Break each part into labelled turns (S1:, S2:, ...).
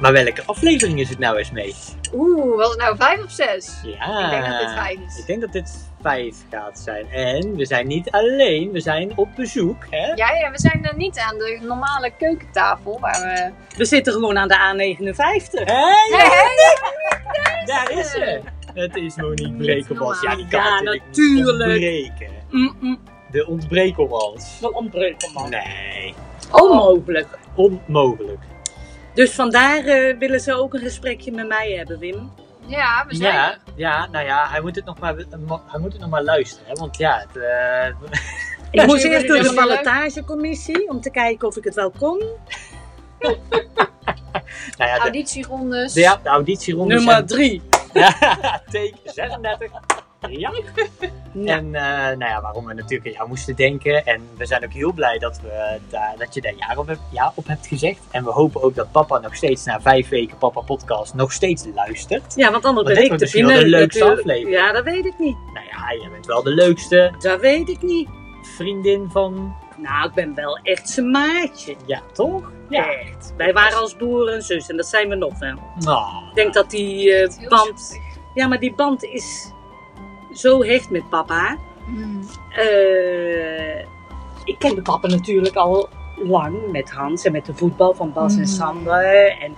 S1: Maar welke aflevering is het nou eens mee?
S2: Oeh, was het nou vijf of zes?
S1: Ja.
S2: Ik denk dat dit vijf is.
S1: Ik denk dat dit vijf gaat zijn. En we zijn niet alleen, we zijn op bezoek. Hè?
S2: Ja, ja, we zijn er niet aan de normale keukentafel waar we...
S3: We zitten gewoon aan de A59.
S1: Hé,
S2: Nee,
S1: ja,
S2: hè?
S1: daar is
S2: ze.
S1: ze! Het is Monique Brekelmans. Ja, die kan
S3: Ja,
S1: natuurlijk niet
S3: natuurlijk.
S1: ontbreken.
S3: Mm-mm,
S1: De ontbrekelmans.
S3: wel ontbreken man.
S1: Nee,
S2: Oh.
S3: Onmogelijk.
S1: onmogelijk.
S3: Dus vandaar eh, willen ze ook een gesprekje met mij hebben, Wim.
S2: Ja, we zijn
S1: Ja,
S2: er.
S1: ja, nou ja, hij moet het nog maar, hij moet het nog maar luisteren. Hè? Want ja, het, eh,
S3: Ik moest
S2: jullie
S3: eerst door de
S2: willen-
S3: ballotagecommissie om te kijken of ik het wel kon.
S1: nou ja, de,
S2: Auditierondes.
S1: de, ja, de auditieronde is-
S3: Nummer drie.
S1: Ja, take 36. Ja.
S3: Ja.
S1: En eh, nou ja, waarom we natuurlijk aan jou moesten denken. En we zijn ook heel blij dat, we daar, dat je daar ja op, hebt, ja op hebt gezegd. En we hopen ook dat papa nog steeds na vijf weken Papa Podcast nog steeds luistert.
S3: Ja, want anders
S1: Maar
S3: ben
S1: dit
S3: ik
S1: wordt
S3: te
S1: misschien wel
S3: binnen.
S1: de leukste
S3: natuurlijk.
S1: aflevering.
S3: Ja, dat weet ik niet.
S1: Nou ja, je bent wel de leukste
S3: Dat weet ik niet.
S1: vriendin van...
S3: Nou, ik ben wel echt zijn maatje.
S1: Ja, toch? Ja.
S3: Echt. Wij waren als broer en zus en dat zijn we nog wel.
S1: Nou,
S3: Ik denk dat die eh,
S2: Heel
S3: band...
S2: schattig.
S3: Ja, maar die band is zo hecht met papa.
S2: Mm.
S3: Eh, ik ken de papa natuurlijk al lang met Hans en met de voetbal van Bas
S2: Mm.
S3: en Sander. En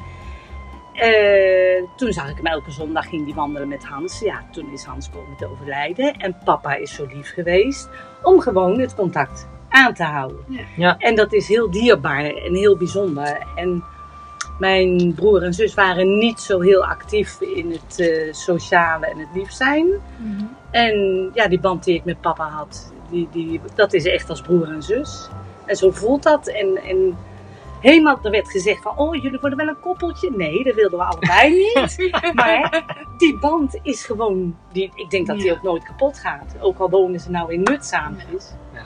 S3: eh, toen zag ik hem elke zondag ging die wandelen met Hans. Ja, toen is Hans komen te overlijden. En papa is zo lief geweest om gewoon het contact aan te houden.
S2: Ja.
S1: Ja.
S3: En dat is heel dierbaar en heel bijzonder. En mijn broer en zus waren niet zo heel actief in het eh, sociale en het lief zijn.
S2: Mhm.
S3: En ja, die band die ik met papa had, die, die, dat is echt als broer en zus. En zo voelt dat. En, en helemaal, er werd gezegd van, oh, jullie worden wel een koppeltje. Nee, dat wilden we allebei niet. maar die band is gewoon, die, ik denk dat die
S2: Ja.
S3: ook nooit kapot gaat. Ook al wonen ze nou in nut samen. Is.
S1: Nou,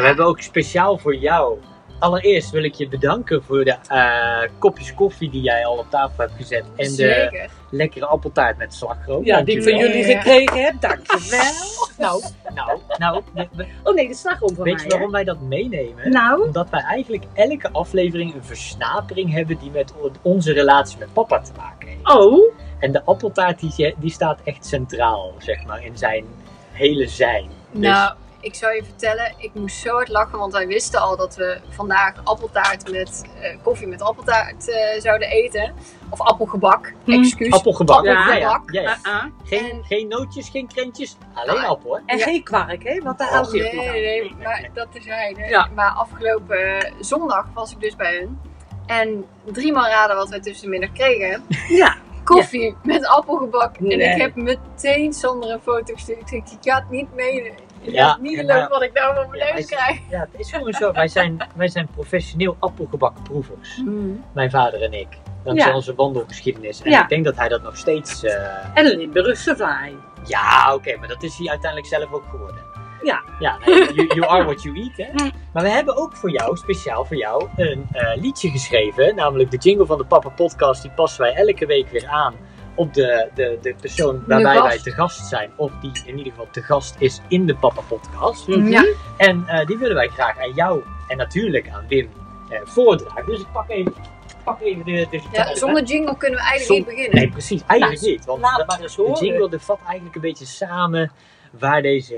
S1: we hebben ook speciaal voor jou. Allereerst wil ik je bedanken voor de eh, kopjes koffie die jij al op tafel hebt gezet. En de dus-
S2: Zeker.
S1: lekkere appeltaart met slagroom.
S3: Ja, die ik van
S1: Dankjewel.
S3: jullie
S2: Ja.
S3: gekregen heb, dankjewel.
S1: Nou, nou, nou. we- we-
S3: Oh nee, de slagroom voor
S1: Weet
S3: mij.
S1: je
S3: hè?
S1: waarom wij dat meenemen?
S3: Nou,
S1: Omdat wij eigenlijk elke aflevering een versnapering hebben die met o- onze relatie met papa te maken heeft.
S3: oh,
S1: En de appeltaart die, ze- die staat echt centraal, zeg maar, in zijn hele zijn. Dus,
S2: Nou, ik zou je vertellen, ik moest zo hard lachen, want wij wisten al dat we vandaag appeltaart met eh, koffie met appeltaart eh, zouden eten. Of appelgebak,
S3: Hm.
S1: Hmm.
S2: excuus.
S1: appelgebak.
S3: Ja.
S1: ja, ja.
S3: ah, ah.
S1: Geen,
S2: En-
S1: geen nootjes, geen krentjes, alleen
S2: Ah.
S1: appel. Hè?
S3: en
S2: Ja.
S3: geen kwark, hè? Want daar houdt
S1: Och,
S3: hij
S2: Nee,
S3: ook niet
S2: nee,
S3: aan.
S2: nee, maar dat terzijde.
S3: Ja.
S2: Maar afgelopen eh, zondag was ik dus bij hun. En driemaal raden wat wij tussen de middag kregen.
S3: Ja,
S2: Koffie met appelgebak. En
S3: Nee.
S2: ik heb meteen Sander een foto gestuurd. Ik zeg, je gaat niet mee. Je
S1: Ja,
S2: gaat niet
S1: en,
S2: geloven
S1: eh,
S2: wat ik nou van mijn
S1: ja,
S2: neus
S1: hij-
S2: krijg.
S1: Ja, het is gewoon zo. Wij zijn, wij zijn professioneel appelgebakproevers.
S3: Hmm.
S1: Mijn vader en ik. Dankzij
S3: Hm. Ja.
S1: onze wandelgeschiedenis. En
S3: Ja.
S1: ik denk dat hij dat nog steeds... eh,
S3: en Limburgse vlaai.
S1: Ja, oké, maar dat is hij uiteindelijk zelf ook geworden.
S3: Ja.
S1: Ja, nee, you, you are what you eat, hè.
S3: Hm.
S1: Maar we hebben ook voor jou, speciaal voor jou, een eh, liedje geschreven. Namelijk de jingle van de Papa Podcast. Die passen wij elke week weer aan op de, de, de persoon waarbij
S2: gast.
S1: wij te gast zijn. Of die in ieder geval te gast is in de Papa Podcast.
S3: Mhm.
S2: Ja.
S1: En eh, die willen wij graag aan jou en natuurlijk aan Wim eh, voordragen. Dus ik pak even, ik pak even de, de
S2: Ja,
S1: gitaar
S2: zonder jingle kunnen we eigenlijk
S1: Zonder-
S2: niet beginnen.
S1: Nee, precies. Eigenlijk niet. Want
S3: laat
S1: dat-
S3: maar eens
S1: de
S3: horen.
S1: jingle die vat eigenlijk een beetje samen waar deze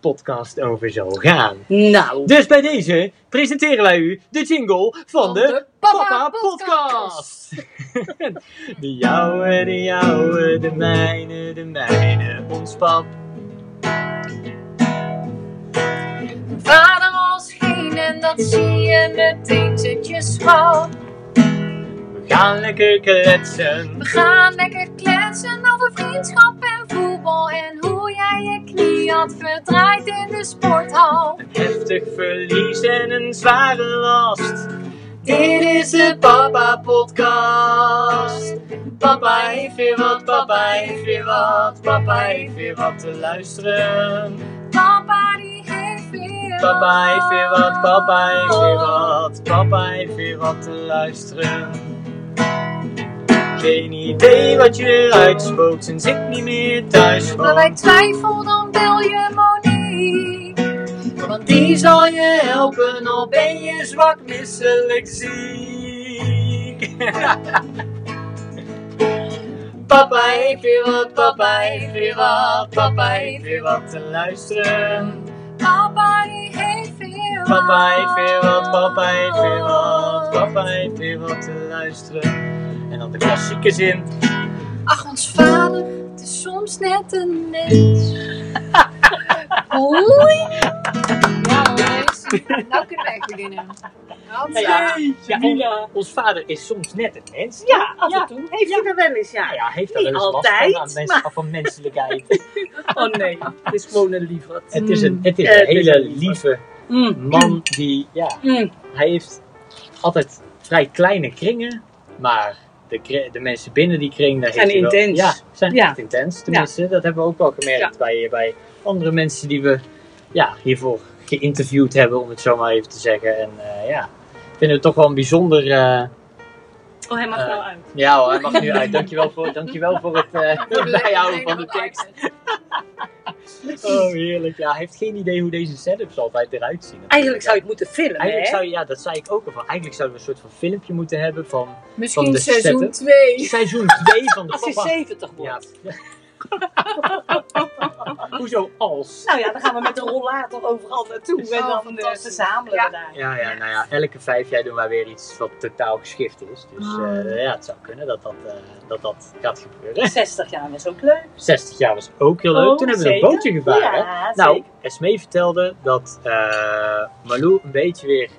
S1: podcast over zal gaan.
S3: Nou,
S1: Dus bij deze presenteren wij u de jingle van de Papa Podcast. De jouwe, de jouwe, de mijne, de mijne, ons pap.
S2: Vader als geen en dat zie je meteen zit je schrap.
S1: We gaan lekker kletsen.
S2: We gaan lekker kletsen over vriendschap en voetbal en hoe jij je knie had verdraaid in de sporthal.
S1: Heftig verlies en een zware last.
S2: Dit is de
S1: Papa Podcast. Papa heeft weer wat, papa heeft weer wat, papa heeft weer wat te luisteren.
S2: papa die heeft weer
S1: Papa heeft weer wat, papa heeft weer wat, papa heeft weer wat te luisteren. Geen idee wat je uitspookt sinds ik niet meer thuis
S2: Maar bij
S1: woon.
S2: twijfel dan bel je Monique.
S1: Want die zal je helpen, al ben je zwak misselijk ziek. Papa heeft weer wat, papa heeft weer wat, papa heeft weer wat te luisteren.
S2: Papa die heeft veel
S1: Papa heeft weer wat, papa heeft weer wat, papa heeft weer wat te luisteren. En dan de klassieke zin.
S2: Ach, ons vader, het is soms net een mens. Oei. Ja, jongens. Nou kunnen we echt beginnen. Wat
S3: Ja.
S1: Jeetje,
S3: Mila.
S1: Ons vader is soms net een mens.
S3: Ja, af
S1: Ja.
S3: en toe. Heeft hij er wel eens, ja.
S1: Nou ja, heeft dat
S3: Niet
S1: wel eens last
S3: altijd,
S1: van, aan mens-
S3: maar-
S1: van menselijkheid.
S3: Oh nee, het is gewoon een lieverd.
S1: het is een, het is
S3: Eh,
S1: een
S3: het is
S1: hele
S3: een lieve-
S1: lieve
S3: Mm,
S1: man die, ja,
S3: mm.
S1: hij heeft altijd vrij kleine kringen, maar de, kri- de mensen binnen die kring, daar
S3: Zijn
S1: heeft hij wel-
S3: intens.
S1: ja, zijn
S3: Ja.
S1: echt intens. Tenminste, dat hebben we ook wel gemerkt bij, bij andere mensen die we ja, hiervoor geïnterviewd hebben, om het zo maar even te zeggen. En eh, ja, ik vind het toch wel een bijzonder... eh,
S3: Oh, hij mag
S1: Eh,
S3: nou uit.
S1: ja hoor, hij mag nu uit. Dankjewel voor, dankjewel voor het eh
S2: leuk.
S1: bijhouden van de
S2: Alleen nog een
S1: tekst.
S2: iPad.
S1: Oh, heerlijk. Ja, hij heeft geen idee hoe deze setups altijd eruit zien.
S3: Eigenlijk zou je het moeten filmen,
S1: Eigenlijk
S3: hè?
S1: zou je, ja, dat zei ik ook al van. Eigenlijk zouden we een soort van filmpje moeten hebben van Van
S2: Misschien
S1: de
S2: seizoen
S1: setup.
S2: 2.
S1: seizoen 2 van de
S3: Als je
S1: papa.
S3: 70 wordt.
S1: Hoezo als?
S3: Nou ja, dan gaan we met de rollator overal naartoe. en
S2: Oh,
S3: dan eh,
S2: fantastisch.
S3: verzamelen
S2: Ja.
S3: we daar.
S1: Ja, ja, nou ja, elke vijf jaar doen wij weer iets wat totaal geschift is. Dus
S3: Ah.
S1: eh, ja, het zou kunnen dat dat, eh, dat, dat gaat gebeuren.
S3: 60 jaar was ook leuk.
S1: 60 jaar was ook heel leuk.
S3: Oh,
S1: Toen hebben we
S3: zeker?
S1: een bootje gevaren. hè?
S3: Ja,
S1: Nou,
S3: zeker.
S1: Esmee vertelde dat eh Malou een beetje weer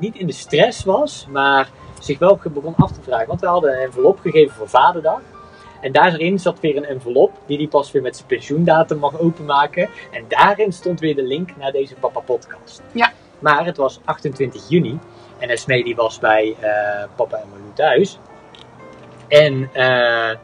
S1: niet in de stress was, maar zich wel ge- begon af te vragen. Want we hadden een envelop gegeven voor Vaderdag. En daarin zat weer een envelop die hij pas weer met zijn pensioendatum mag openmaken. En daarin stond weer de link naar deze Papa Podcast.
S2: Ja.
S1: Maar het was 28 juni en Esmee die was bij eh, papa en Malou thuis. En eh,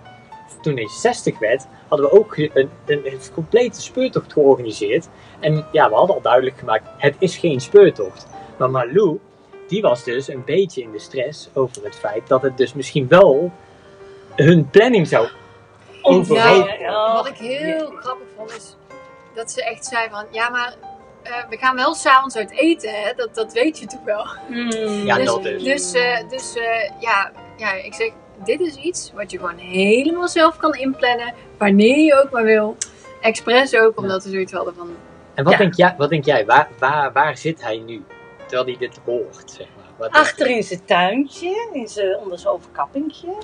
S1: toen hij 60 werd, hadden we ook ge- een, een, een complete speurtocht georganiseerd. En ja, we hadden al duidelijk gemaakt, het is geen speurtocht. Maar Malou, die was dus een beetje in de stress over het feit dat het dus misschien wel hun planning zou overhoop.
S2: Ja,
S3: Oh, Ja.
S2: Oh, Wat ik heel grappig vond is dat ze echt zei van ja, maar eh, we gaan wel s'avonds uit eten, hè? Dat, dat weet je toch wel.
S3: Mm.
S1: Ja,
S2: dus
S1: dat is.
S2: dus, eh, dus eh, ja, ja, ik zeg, dit is iets wat je gewoon helemaal zelf kan inplannen, wanneer je ook maar wil. Expres ook, omdat we zoiets hadden van
S1: En wat,
S3: Ja.
S1: denk jij, wat denk jij, waar, waar, waar zit hij nu? Terwijl hij dit hoort, zeg maar. Wat denk
S3: Achter in zijn tuintje, in zijn, onder zijn overkappinkje,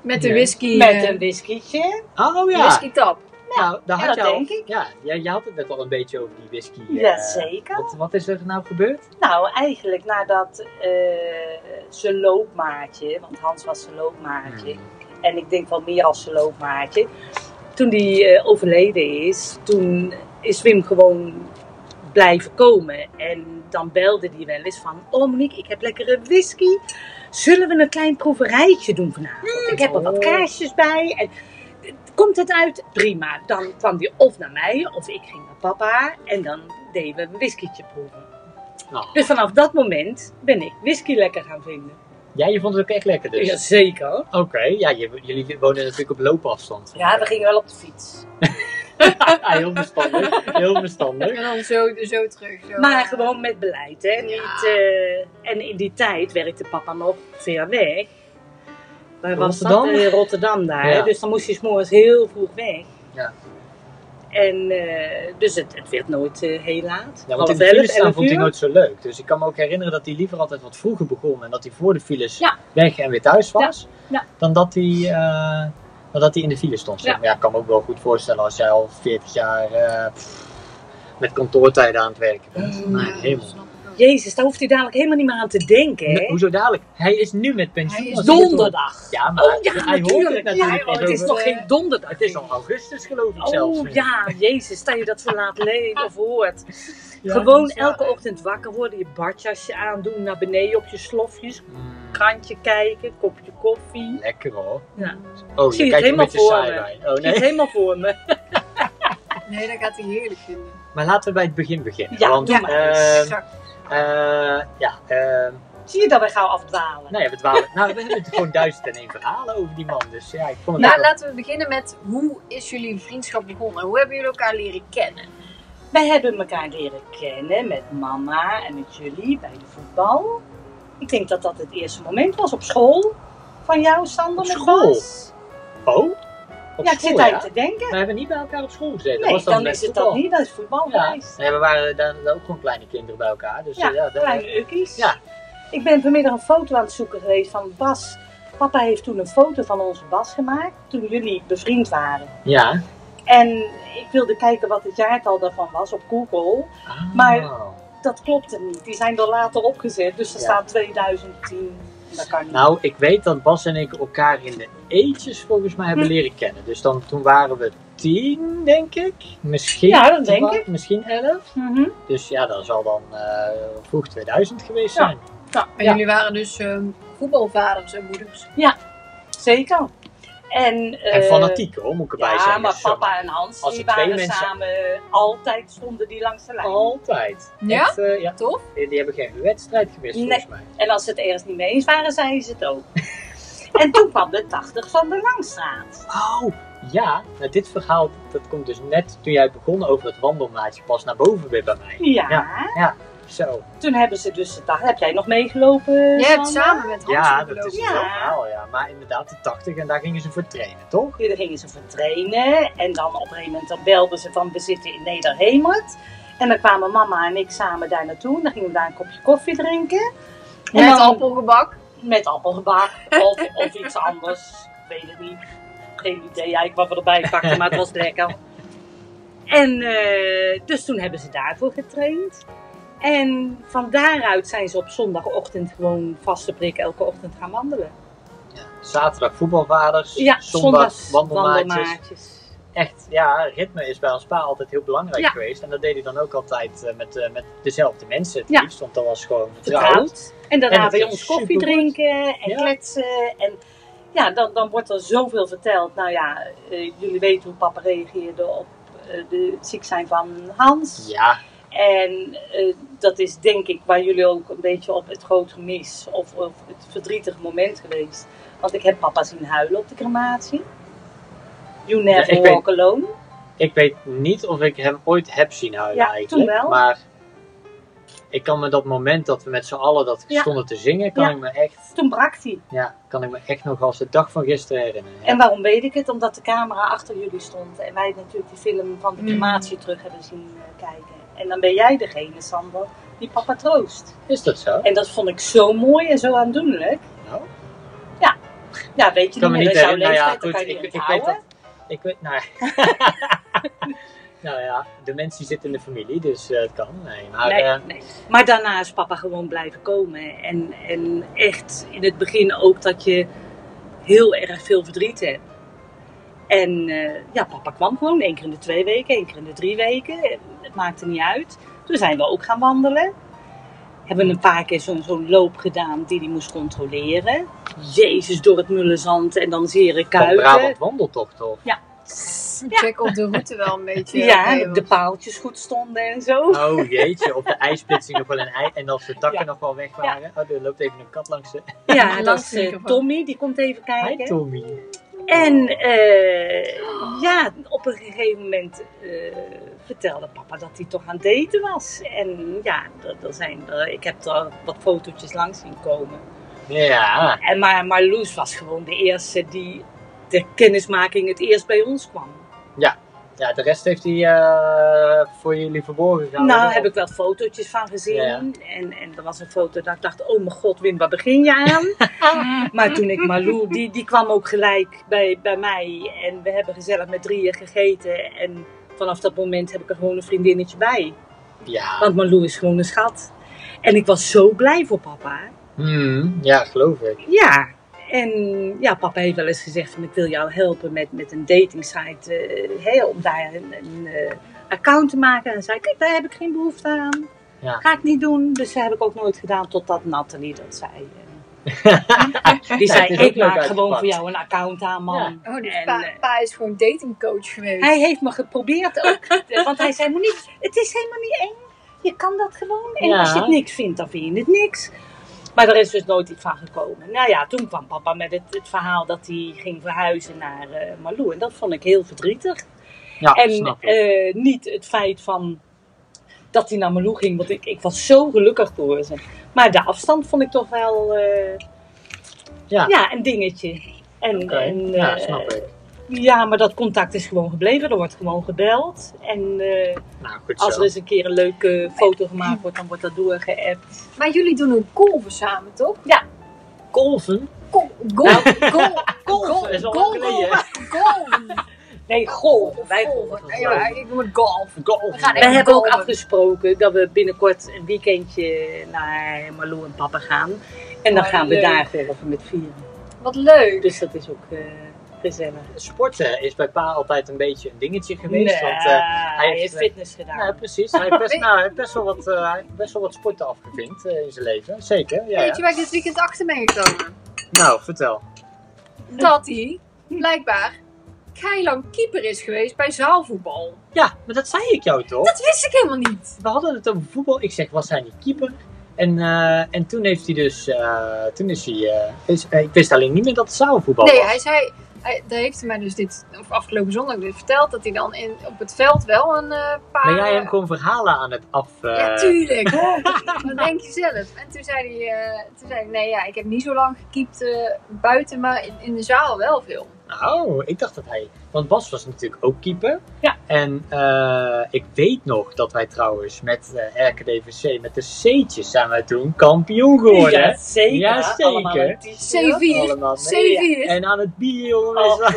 S2: met de
S1: Ja.
S2: whisky.
S3: met
S2: eh,
S3: een whiskietje.
S1: je? Oh ja,
S2: Whisky tap.
S1: nou, daar had
S3: ja, dat
S1: je al,
S3: denk ik.
S1: Ja, ja, je had het net al een beetje over die whisky. eh,
S3: Jazeker.
S1: Wat, wat is er nou gebeurd?
S3: Nou, eigenlijk nadat eh, zijn loopmaatje, want Hans was zijn
S1: Mhm.
S3: loopmaatje, en ik denk wel meer als zijn loopmaatje. Toen die eh, overleden is, toen is Wim gewoon blijven komen. En dan belde hij wel eens van, oh Monique, ik heb lekkere whisky. Zullen we een klein proeverijtje doen vanavond? Ik heb er wat
S1: Oh.
S3: kaarsjes bij. En, komt het uit? Prima. Dan kwam hij of naar mij, of ik ging naar papa. En dan deden we een whiskytje proeven.
S1: Nou,
S3: Dus vanaf dat moment ben ik whisky lekker gaan vinden.
S1: jij je vond het ook echt lekker dus?
S3: Jazeker.
S1: Oké, ja, je- jullie wonen natuurlijk op loopafstand.
S3: Ja, we gingen wel op de fiets.
S1: Ah, heel verstandig, heel verstandig.
S2: En dan zo, zo terug. Zo,
S3: Maar
S2: eh,
S3: gewoon met beleid, hè. Niet, eh, en in die tijd werkte papa nog ver weg. Waar was dat?
S1: Rotterdam?
S3: In Rotterdam daar.
S1: Ja.
S3: Dus dan moest je 's morgens heel vroeg weg.
S1: Ja.
S3: En eh, dus het, het werd nooit eh, heel laat.
S1: Ja, want in
S3: Half
S1: de
S3: elf,
S1: files staan
S3: elf
S1: vond hij
S3: uur.
S1: nooit zo leuk. Dus ik kan me ook herinneren dat hij liever altijd wat vroeger begon. En dat hij voor de files
S3: Ja.
S1: weg en weer thuis was.
S3: Ja.
S1: Dan dat hij, eh, dan dat hij in de file stond. zeg maar. Ja. ik kan me ook wel goed voorstellen als jij al 40 jaar eh, pff, met kantoortijden aan het werken bent.
S3: Mm.
S1: Maar helemaal.
S2: snap ik wel.
S3: Jezus, daar hoeft hij dadelijk helemaal niet meer aan te denken, hè.
S1: Nee, hoezo dadelijk? Hij is nu met pensioen.
S2: Hij is
S1: als hij dit hoort.
S3: Donderdag.
S1: Ja, maar
S3: Oh ja,
S1: hij hoort het
S3: natuurlijk. Ja,
S1: natuurlijk.
S3: joh, het is
S1: over-
S3: nog geen donderdag.
S1: het is al augustus geloof ik zelfs.
S3: Oh ja, Jezus, sta je dat voor laat leven of hoort.
S1: Ja,
S3: Gewoon
S2: dat is waar.
S3: elke ochtend wakker worden, je badjasje aandoen, naar beneden op je slofjes,
S1: Mm.
S3: krantje kijken, kopje koffie.
S1: Lekker hoor.
S3: Ja.
S1: Oh,
S3: Zie
S1: je
S3: je
S1: kijkt
S3: het
S1: er een beetje
S3: helemaal
S1: saai
S3: voor
S1: bij. Oh
S3: Ik zit
S1: nee.
S3: helemaal voor me.
S2: Nee, dat gaat hij heerlijk vinden.
S1: Maar laten we bij het begin beginnen.
S3: Ja,
S1: want,
S3: doe maar.
S1: ehm,
S2: Exact.
S1: eh, ja, ehm,
S3: Zie je dat wij gauw afdwalen?
S1: nou ja, we dwalen. nou, we hebben gewoon duizend en één verhalen over die man. Dus ja, ik vond het
S2: Nou,
S1: wel-
S2: laten we beginnen met hoe is jullie vriendschap begonnen? Hoe hebben jullie elkaar leren kennen?
S3: Wij hebben elkaar leren kennen met mama en met jullie bij de voetbal. Ik denk dat dat het eerste moment was op school van jou, Sander,
S1: Op
S3: met
S1: school?
S3: Bas.
S1: Oh? Op
S3: Ja, ik
S1: school,
S3: zit aan je te denken.
S1: Maar we hebben niet bij elkaar op school gezeten. dat
S3: Nee,
S1: was dan,
S3: dan
S1: met
S3: is het
S1: voetbal.
S3: dat niet. Dat is voetbal
S1: Ja.
S3: geweest.
S1: Nee, we waren dan, dan ook gewoon kleine kinderen bij elkaar. Dus,
S3: Ja,
S1: eh, ja, dat-
S3: Kleine ukkies.
S1: Ja.
S3: Ik ben vanmiddag een foto aan het zoeken geweest van Bas. Papa heeft toen een foto van onze Bas gemaakt. Toen jullie bevriend waren.
S1: ja.
S3: En ik wilde kijken wat het jaartal daarvan was op Google.
S1: Ah.
S3: Maar- Dat klopte niet. Die zijn er later opgezet. Dus er
S1: Ja.
S3: staat 2010. Dat kan niet.
S1: Nou, ik weet dat Bas en ik elkaar in de eetjes volgens mij hebben
S3: Hm.
S1: leren kennen. Dus dan, toen waren we tien, denk ik. Misschien.
S3: Ja, dat denk ik.
S1: Misschien elf.
S3: Mhm.
S1: Dus ja, dat zal dan eh, vroeg 2000 geweest
S3: Ja.
S1: zijn.
S2: En
S3: Ja.
S2: jullie waren dus ehm, voetbalvaders en moeders.
S3: Zeker. En,
S1: En
S3: eh,
S1: fanatiek hoor, moet ik erbij
S3: ja,
S1: zeggen.
S3: maar
S1: Zo.
S3: papa en Hans
S1: Als
S3: die
S1: er twee
S3: waren
S1: mensen-
S3: samen. Altijd stonden die langs de lijn.
S1: Altijd.
S2: Ja?
S1: Echt, eh, ja.
S2: Toch?
S1: Die, die hebben geen wedstrijd gemist
S3: Nee.
S1: volgens mij.
S3: En als ze het ergens niet mee eens waren, zeiden ze het ook. en toen kwam de 80 van de Langstraat.
S1: Oh, ja. Nou, dit verhaal dat komt dus net toen jij begon over het wandelmaatje pas naar boven weer bij mij.
S3: Ja.
S1: Zo.
S3: Toen hebben ze dus de 80. Heb jij nog meegelopen?
S2: Jij hebt
S3: Sandra?
S2: samen met Hans
S1: Ja,
S2: gelopen.
S1: dat is
S3: Dus Ja.
S1: een heel verhaal, ja. Maar inderdaad, de 80 en daar gingen ze voor trainen, toch?
S3: Ja, Daar gingen ze voor trainen. En dan op een gegeven moment dan belden ze van we zitten in Nederhemert. En dan kwamen mama en ik samen daar naartoe. Dan gingen we daar een kopje koffie drinken. En
S2: Met
S3: dan-
S2: appelgebak.
S3: Met appelgebak of, of iets anders. Ik weet het niet. Geen idee eigenlijk wat we erbij pakten, maar het was lekker. En eh, dus toen hebben ze daarvoor getraind. En van daaruit zijn ze op zondagochtend gewoon vaste prik elke ochtend gaan wandelen.
S1: Zaterdag voetbalvaders,
S3: Ja,
S1: zondag
S3: zondags
S1: wandelmaatjes.
S3: wandelmaatjes.
S1: Echt, ja, ritme is bij ons pa altijd heel belangrijk
S3: Ja.
S1: geweest. En dat deed hij dan ook altijd eh, met, eh, met dezelfde mensen het
S3: Ja.
S1: liefst. Want dat was gewoon vertrouwd.
S3: Vertrouwd. En
S1: En
S3: daarna
S1: het
S3: bij
S1: ging
S3: ons koffie
S1: supergoed.
S3: drinken en
S1: Ja.
S3: kletsen. En ja, dan, dan wordt er zoveel verteld. Nou ja, eh, jullie weten hoe papa reageerde op eh, de, het ziek zijn van Hans.
S1: Ja,
S3: En eh, dat is denk ik waar jullie ook een beetje op het groot gemis of, of het verdrietige moment geweest. Want ik heb papa zien huilen op de crematie. You never
S1: ik
S3: walk alone.
S1: ik weet niet of ik hem ooit heb zien huilen
S3: Ja,
S1: eigenlijk.
S3: toen wel.
S1: Maar ik kan me dat moment dat we met z'n allen dat
S3: Ja.
S1: stonden te zingen, kan
S3: Ja.
S1: ik me echt...
S3: Toen brak hij.
S1: Ja, kan ik me echt nog als de dag van gisteren herinneren.
S3: En waarom weet ik het? Omdat de camera achter jullie stond. En wij natuurlijk die film van de
S1: Hmm.
S3: crematie terug hebben zien eh, kijken. En dan ben jij degene, Sander, die papa troost.
S1: Is dat zo?
S3: En dat vond ik zo mooi en zo aandoenlijk.
S1: Nou,
S3: Ja, weet je
S1: kan
S3: niet
S1: me
S3: meer,
S1: niet
S3: dat is jouw
S1: herinneren. Nou ja,
S3: leeftijd, dat
S1: goed,
S3: kan je
S1: ik,
S3: niet
S1: ik weet
S3: onthouden.
S1: dat. Ik weet, nou, ja. nou ja, de mensen zitten in de familie, dus eh, het kan. Nee, maar
S3: Nee,
S1: eh,
S3: nee. Maar daarna is papa gewoon blijven komen. En, en echt in het begin ook dat je heel erg veel verdriet hebt. En eh, ja, papa kwam gewoon één keer in de twee weken, één keer in de drie weken. Het maakte niet uit. Toen zijn we ook gaan wandelen. Hebben een paar keer zo'n zo'n loop gedaan die hij moest controleren. Jezus, door het mullenzand en dan zere
S1: van
S3: kuiten.
S1: Brabant wandeltocht toch?
S2: Check op de route wel een beetje.
S3: Ja,
S2: mee,
S3: en de
S2: want-
S3: paaltjes goed stonden en zo.
S1: Oh jeetje, op de ijsplitsing nog wel een ei. En als de takken
S3: Ja.
S1: nog wel weg waren. Oh, er loopt even een kat langs de.
S3: Ja,
S2: Ja,
S3: dat
S2: dat
S3: is
S2: zie ik
S3: eh,
S2: ervan.
S3: Tommy, die komt even
S1: Hi
S3: kijken.
S1: Tommy.
S3: En eh, ja, op een gegeven moment eh, vertelde papa dat hij toch aan het daten was. En ja, dat, dat zijn er, ik heb er wat fotootjes langs zien komen.
S1: Ja,
S3: En maar, maar Loes was gewoon de eerste die de kennismaking het eerst bij ons kwam.
S1: ja, de rest heeft hij eh, voor jullie verborgen gehouden.
S3: nou, heb ik wel fotootjes van gezien.
S1: Ja.
S3: En, en er was een foto dat ik dacht, oh mijn god, Wim, waar begin je aan? Maar toen ik Malou, die, die kwam ook gelijk bij, bij mij. En we hebben gezellig met drieën gegeten. En vanaf dat moment heb ik er gewoon een vriendinnetje bij.
S1: Ja.
S3: Want Malou is gewoon een schat. En ik was zo blij voor papa.
S1: Hmm, ja, geloof ik.
S3: Ja. En ja, papa heeft wel eens gezegd van ik wil jou helpen met, met een datingsite. eh, hè, om daar een, een, eh, account te maken. En zei ik, kijk, daar heb ik geen behoefte aan.
S1: Ja.
S3: Ga ik niet doen. Dus dat heb ik ook nooit gedaan totdat Nathalie dat zei. eh. Die
S1: Ja,
S3: zei,
S1: het is ook leuk
S3: ik maak gewoon
S1: uitgepakt.
S3: voor jou een account aan man.
S1: Ja.
S2: Oh, dus
S3: En,
S2: pa,
S3: eh,
S2: pa is gewoon datingcoach geweest.
S3: Hij heeft me geprobeerd ook. Want hij zei, Monique, het is helemaal niet eng. Je kan dat gewoon. En
S1: Ja.
S3: als je het niks vindt, dan vind je het niks. Maar er is dus nooit iets van gekomen. Nou ja, toen kwam papa met het, het verhaal dat hij ging verhuizen naar eh Malou. En dat vond ik heel verdrietig.
S1: Ja,
S3: en
S1: snap ik.
S3: eh, niet het feit van dat hij naar Malou ging. Want ik, ik was zo gelukkig door ze. Maar de afstand vond ik toch wel eh,
S1: Ja.
S3: ja. een dingetje. En,
S1: Oké,
S3: en,
S1: ja,
S3: eh,
S1: snap ik.
S3: Ja, maar dat contact is gewoon gebleven. Er wordt gewoon gebeld. En eh,
S1: Nou, goed
S3: als
S1: zo.
S3: er eens een keer een leuke foto gemaakt wordt, dan wordt dat doorgeappt.
S2: Maar jullie doen een kolven samen, toch?
S1: Kolven?
S2: Kol, gol, gol,
S1: Nou, Kolven is al lang geleden.
S3: Nee, golven. Wij golven.
S2: Ja, ik noem het golf. We
S1: Golven.
S2: gaan
S3: Wij
S2: even
S3: hebben ook
S2: golven.
S3: afgesproken dat we binnenkort een weekendje naar Marlo en papa gaan. En dan
S2: Oh,
S3: gaan we
S2: leuk.
S3: daar verder met vieren.
S2: Wat leuk.
S3: Dus dat is ook eh, gezellig.
S1: Sporten is bij pa altijd een beetje een dingetje geweest. Want, eh,
S3: hij
S1: heeft,
S3: heeft
S1: eh,
S3: fitness gedaan.
S1: ja, precies. Hij heeft best, nou, hij heeft best, wel, wat, eh, hij heeft best wel wat sporten afgevinkt eh, in zijn leven. Zeker, ja.
S2: Weet je
S1: ja.
S2: waar ik dit weekend achter ben gekomen?
S1: Nou, vertel.
S2: Dat hij blijkbaar keilang keeper is geweest bij zaalvoetbal.
S1: Ja, maar dat zei ik jou toch?
S2: Dat wist ik helemaal niet.
S1: We hadden het over voetbal. Ik zeg, was hij niet keeper? En, eh, en toen heeft hij dus... eh, toen is hij... eh, is- eh, ik wist alleen niet meer dat het zaalvoetbal
S2: Nee,
S1: was.
S2: hij zei, hij, daar heeft hij mij dus dit, of afgelopen zondag dit verteld, dat hij dan in, op het veld wel een eh, paar...
S1: Maar jij hem gewoon verhalen aan het af... eh,
S2: Ja, tuurlijk. Dat denk je zelf. En toen zei hij, eh, toen zei hij nee ja, ik heb niet zo lang gekiept eh, buiten, maar in, in de zaal wel veel.
S1: Oh, ik dacht dat hij. Want Bas was natuurlijk ook keeper.
S3: Ja.
S1: En eh, ik weet nog dat wij trouwens met eh RKDVC, met de C'tjes, zijn wij toen kampioen geworden.
S3: Ja,
S1: hè?
S3: zeker.
S1: Ja, zeker.
S3: Allemaal een t-shirt.
S2: C4.
S1: Allemaal mee.
S2: C4.
S1: En aan het bier, jongen.
S3: Oh,
S1: was-
S3: eh,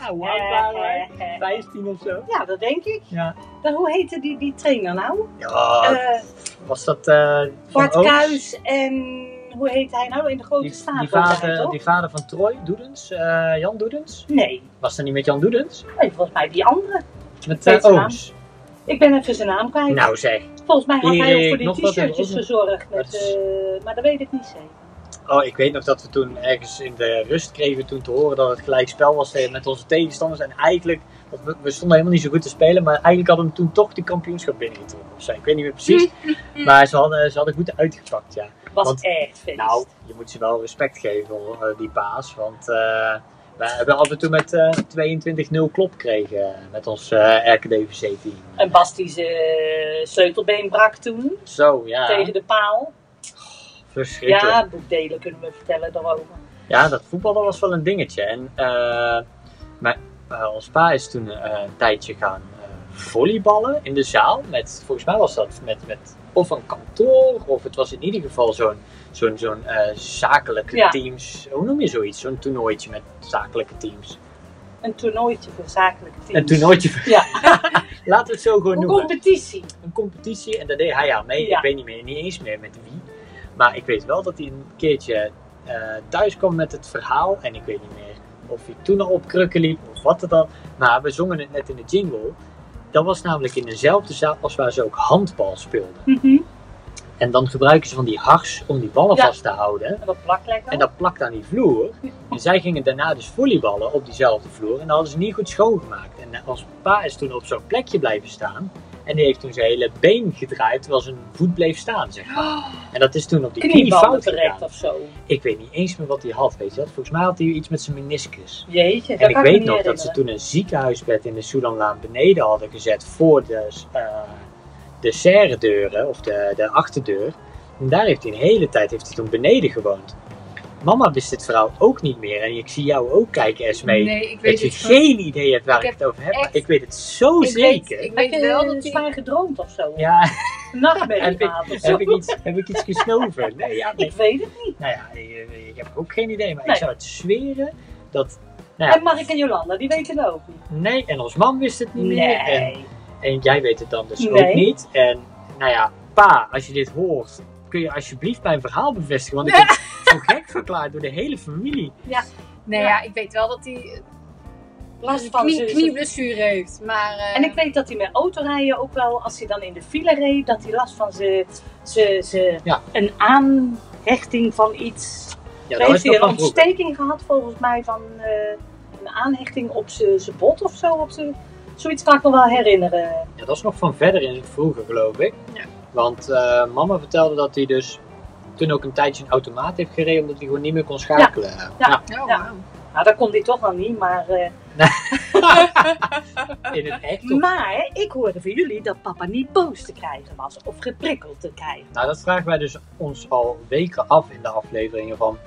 S1: Ja, hoe oud waren wij? 15 of zo.
S3: Ja, dat denk ik.
S1: Ja.
S3: Dan, hoe heette die, die trainer nou?
S1: Ja,
S3: Eh
S1: was dat. eh van
S3: Bart
S1: Oost?
S3: Kuijs en hoe heet hij nou in de grote
S1: Die,
S3: staat?
S1: die,
S3: was hij,
S1: vader,
S3: toch?
S1: die vader van Troy, Doedens, eh, Jan Doedens.
S3: Nee,
S1: Was dat niet met Jan Doedens?
S3: nee, volgens mij die andere.
S1: Met
S3: Weet
S1: eh
S3: je naam?
S1: Ooms.
S3: Ik ben even zijn naam kwijt.
S1: Nou zeg.
S3: volgens mij had hij ook
S1: Erik,
S3: voor die
S1: nog wat en
S3: t-shirtjes
S1: nog wat.
S3: verzorgd.
S1: Dat
S3: Met,
S1: is-
S3: eh, maar dat weet ik niet zeker.
S1: Oh, ik weet nog dat we toen ergens in de rust kregen toen te horen dat het gelijk spel was tegen- met onze tegenstanders. En eigenlijk, want we, we stonden helemaal niet zo goed te spelen, maar eigenlijk hadden we toen toch de kampioenschap binnengetrokken of zo. Ik weet niet meer precies, maar ze hadden, ze hadden goed uitgepakt, ja.
S3: Was
S1: Want-
S3: echt feest.
S1: Nou, je moet ze wel respect geven, hoor, eh, die paas, want eh we hebben altijd toen met eh, 22-0 klop kregen met ons eh RKDVC-team.
S3: en Bas die zijn sleutelbeen brak toen.
S1: Zo, ja,
S3: Tegen de paal.
S1: verschrikkelijk.
S3: Ja, boekdelen kunnen we vertellen daarover.
S1: Ja, dat voetballen was wel een dingetje. En eh, maar, eh, ons pa is toen eh, een tijdje gaan eh, volleyballen in de zaal. Met, volgens mij was dat met, met of een kantoor, of het was in ieder geval zo'n zo'n zo'n eh, zakelijke
S3: Ja.
S1: teams. Hoe noem je zoiets? Zo'n toernooitje met zakelijke teams.
S3: Een toernooitje voor zakelijke teams.
S1: Een toernooitje. voor-
S3: Ja.
S1: Laten we het zo gewoon
S3: Een
S1: noemen.
S3: competitie.
S1: Een competitie en daar deed hij aan mee.
S3: Ja.
S1: Ik weet niet, meer, niet eens meer met wie. Maar ik weet wel dat hij een keertje eh, thuis kwam met het verhaal. En ik weet niet meer of hij toen al op krukken liep of wat het dan. Maar we zongen het net in de jingle. Dat was namelijk in dezelfde zaal als waar ze ook handbal speelden. En dan gebruiken ze van die hars om die ballen
S3: Mhm. Ja.
S1: vast te houden.
S3: En dat plakt lekker.
S1: En dat plakt aan die vloer. En zij gingen daarna dus volleyballen op diezelfde vloer. En dat hadden ze niet goed schoongemaakt. En ons pa is toen op zo'n plekje blijven staan. En die heeft toen zijn hele been gedraaid terwijl zijn voet bleef staan, zeg maar. En dat is toen op die knie
S3: Knieballen
S1: fout
S3: terecht
S1: gedaan.
S3: of zo.
S1: Ik weet niet eens meer wat hij had, weet je dat? Volgens mij had hij iets met zijn meniscus.
S3: Jeetje, dat
S1: En ik
S3: kan
S1: weet
S3: me
S1: nog
S3: niet
S1: dat ze toen een ziekenhuisbed in de Soedanlaan beneden hadden gezet voor de, eh de serredeuren of de, de achterdeur. En daar heeft hij een hele tijd heeft hij toen beneden gewoond. Mama wist dit verhaal ook niet meer. En ik zie jou ook kijken, Esme.
S2: Nee, ik
S1: dat
S2: weet
S1: je
S2: het gewoon.
S1: geen idee hebt waar
S2: Ik
S1: ik, het over heb.
S2: echt-
S1: Ik weet het zo
S2: Ik weet-
S1: zeker.
S2: ik
S3: Heb
S2: weet
S3: je
S2: wel dat
S3: eh,
S2: hij-
S3: zwaar gedroomd of zo?
S1: Ja,
S3: Een nachtmerrie
S1: heb ik,
S3: gehad of zo?
S1: heb, ik iets, heb ik iets gesnoven? Nee, ja, nee.
S3: Ik weet het niet.
S1: Nou ja, ik, ik heb ook geen idee. Maar
S3: Nee.
S1: ik zou het zweren dat... Nou ja,
S3: En Mark en Jolanda, die weten het ook niet.
S1: Nee, en ons man wist het niet meer. En En jij weet het dan dus
S3: Nee.
S1: ook niet. En nou ja, pa, als je dit hoort, kun je alsjeblieft mijn verhaal bevestigen. Want ik heb het zo gek verklaard door de hele familie.
S2: Nee, ja, ik weet wel dat hij
S3: Last van
S2: knie,
S3: ze-
S2: knieblessure heeft, maar... eh,
S3: En ik weet dat hij met autorijden ook wel, als hij dan in de file reed, dat hij last van ze, ze, ze
S1: Ja.
S3: een aanhechting van iets.
S1: Ja, dat
S3: Ze heeft
S1: is nog
S3: hier een
S1: van vroeger.
S3: ontsteking gehad volgens mij van eh, een aanhechting op ze- zijn bot of zo. Op ze, zoiets kan ik me wel herinneren.
S1: Ja, dat is nog van verder in het vroeger, geloof ik.
S2: Ja.
S1: Want eh, mama vertelde dat hij dus toen ook een tijdje een automaat heeft gereden, omdat hij gewoon niet meer kon schakelen.
S3: Ja.
S2: oh,
S3: Ja.
S2: wauw.
S3: Nou, dat kon hij toch wel niet, maar... eh,
S1: Nou, in het
S3: Mm.
S1: echt. of-
S3: maar ik hoorde van jullie dat papa niet boos te krijgen was of geprikkeld te krijgen.
S1: Nou, dat vragen wij dus ons al weken af in de afleveringen van.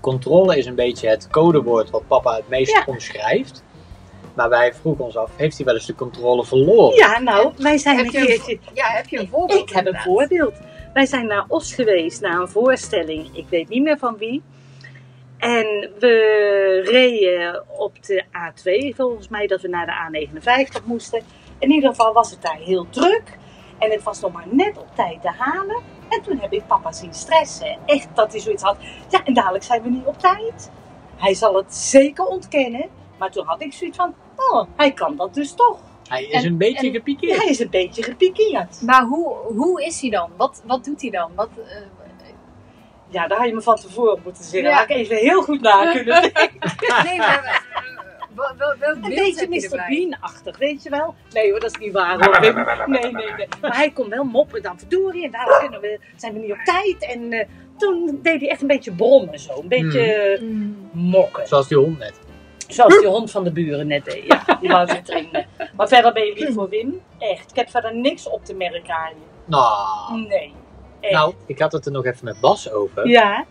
S1: controle is een beetje het codewoord wat papa het meest
S3: Ja.
S1: omschrijft. Maar wij vroegen ons af, heeft hij wel eens de controle verloren?
S3: Ja, nou, wij zijn
S2: Oh. Heb
S3: een
S2: je een
S3: keertje...
S2: Ja, heb je een voorbeeld?
S3: Ik heb een
S2: Oh, inderdaad?
S3: voorbeeld. Wij zijn naar Os geweest, naar een voorstelling. Ik weet niet meer van wie. En we reden op de A2, volgens mij, dat we naar de A59 moesten. In ieder geval was het daar heel druk. En het was nog maar net op tijd te halen. En toen heb ik papa zien stressen. Echt dat hij zoiets had. Ja, en dadelijk zijn we niet op tijd. Hij zal het zeker ontkennen. Maar toen had ik zoiets van, oh, hij kan dat dus toch.
S1: Hij is
S2: En-
S1: een beetje
S2: en-
S1: gepikeerd.
S3: Hij is een beetje gepikeerd.
S2: Maar hoe, hoe is hij dan? Wat, wat doet hij dan? Wat, eh,
S3: Ja, daar had je me van tevoren moeten zeggen.
S2: Ja.
S3: Had ik even heel goed na kunnen denken.
S2: nee, maar eh, wel- wel- welk
S3: Een
S2: beeld
S3: beetje
S2: heb je
S3: Mr.
S2: erbij?
S3: Bean-achtig, weet je wel? Nee hoor, dat is niet waar hoor. Wim. Nee, nee, nee. Maar hij kon wel mopperen dan verdorie. En daarom kunnen we, zijn we niet op tijd. En eh, toen deed hij echt een beetje brommen zo. Een beetje
S2: Mm.
S3: eh, mokken.
S1: Zoals die hond net.
S3: Zoals die hond van de buren net deed. Ja, die wou ze trainen. Maar verder ben je lief voor Wim. Echt. Ik heb verder niks op te merken aan je.
S1: Nou,
S3: Nee. Echt.
S1: nou, ik had het er nog even met Bas over.
S3: Ja,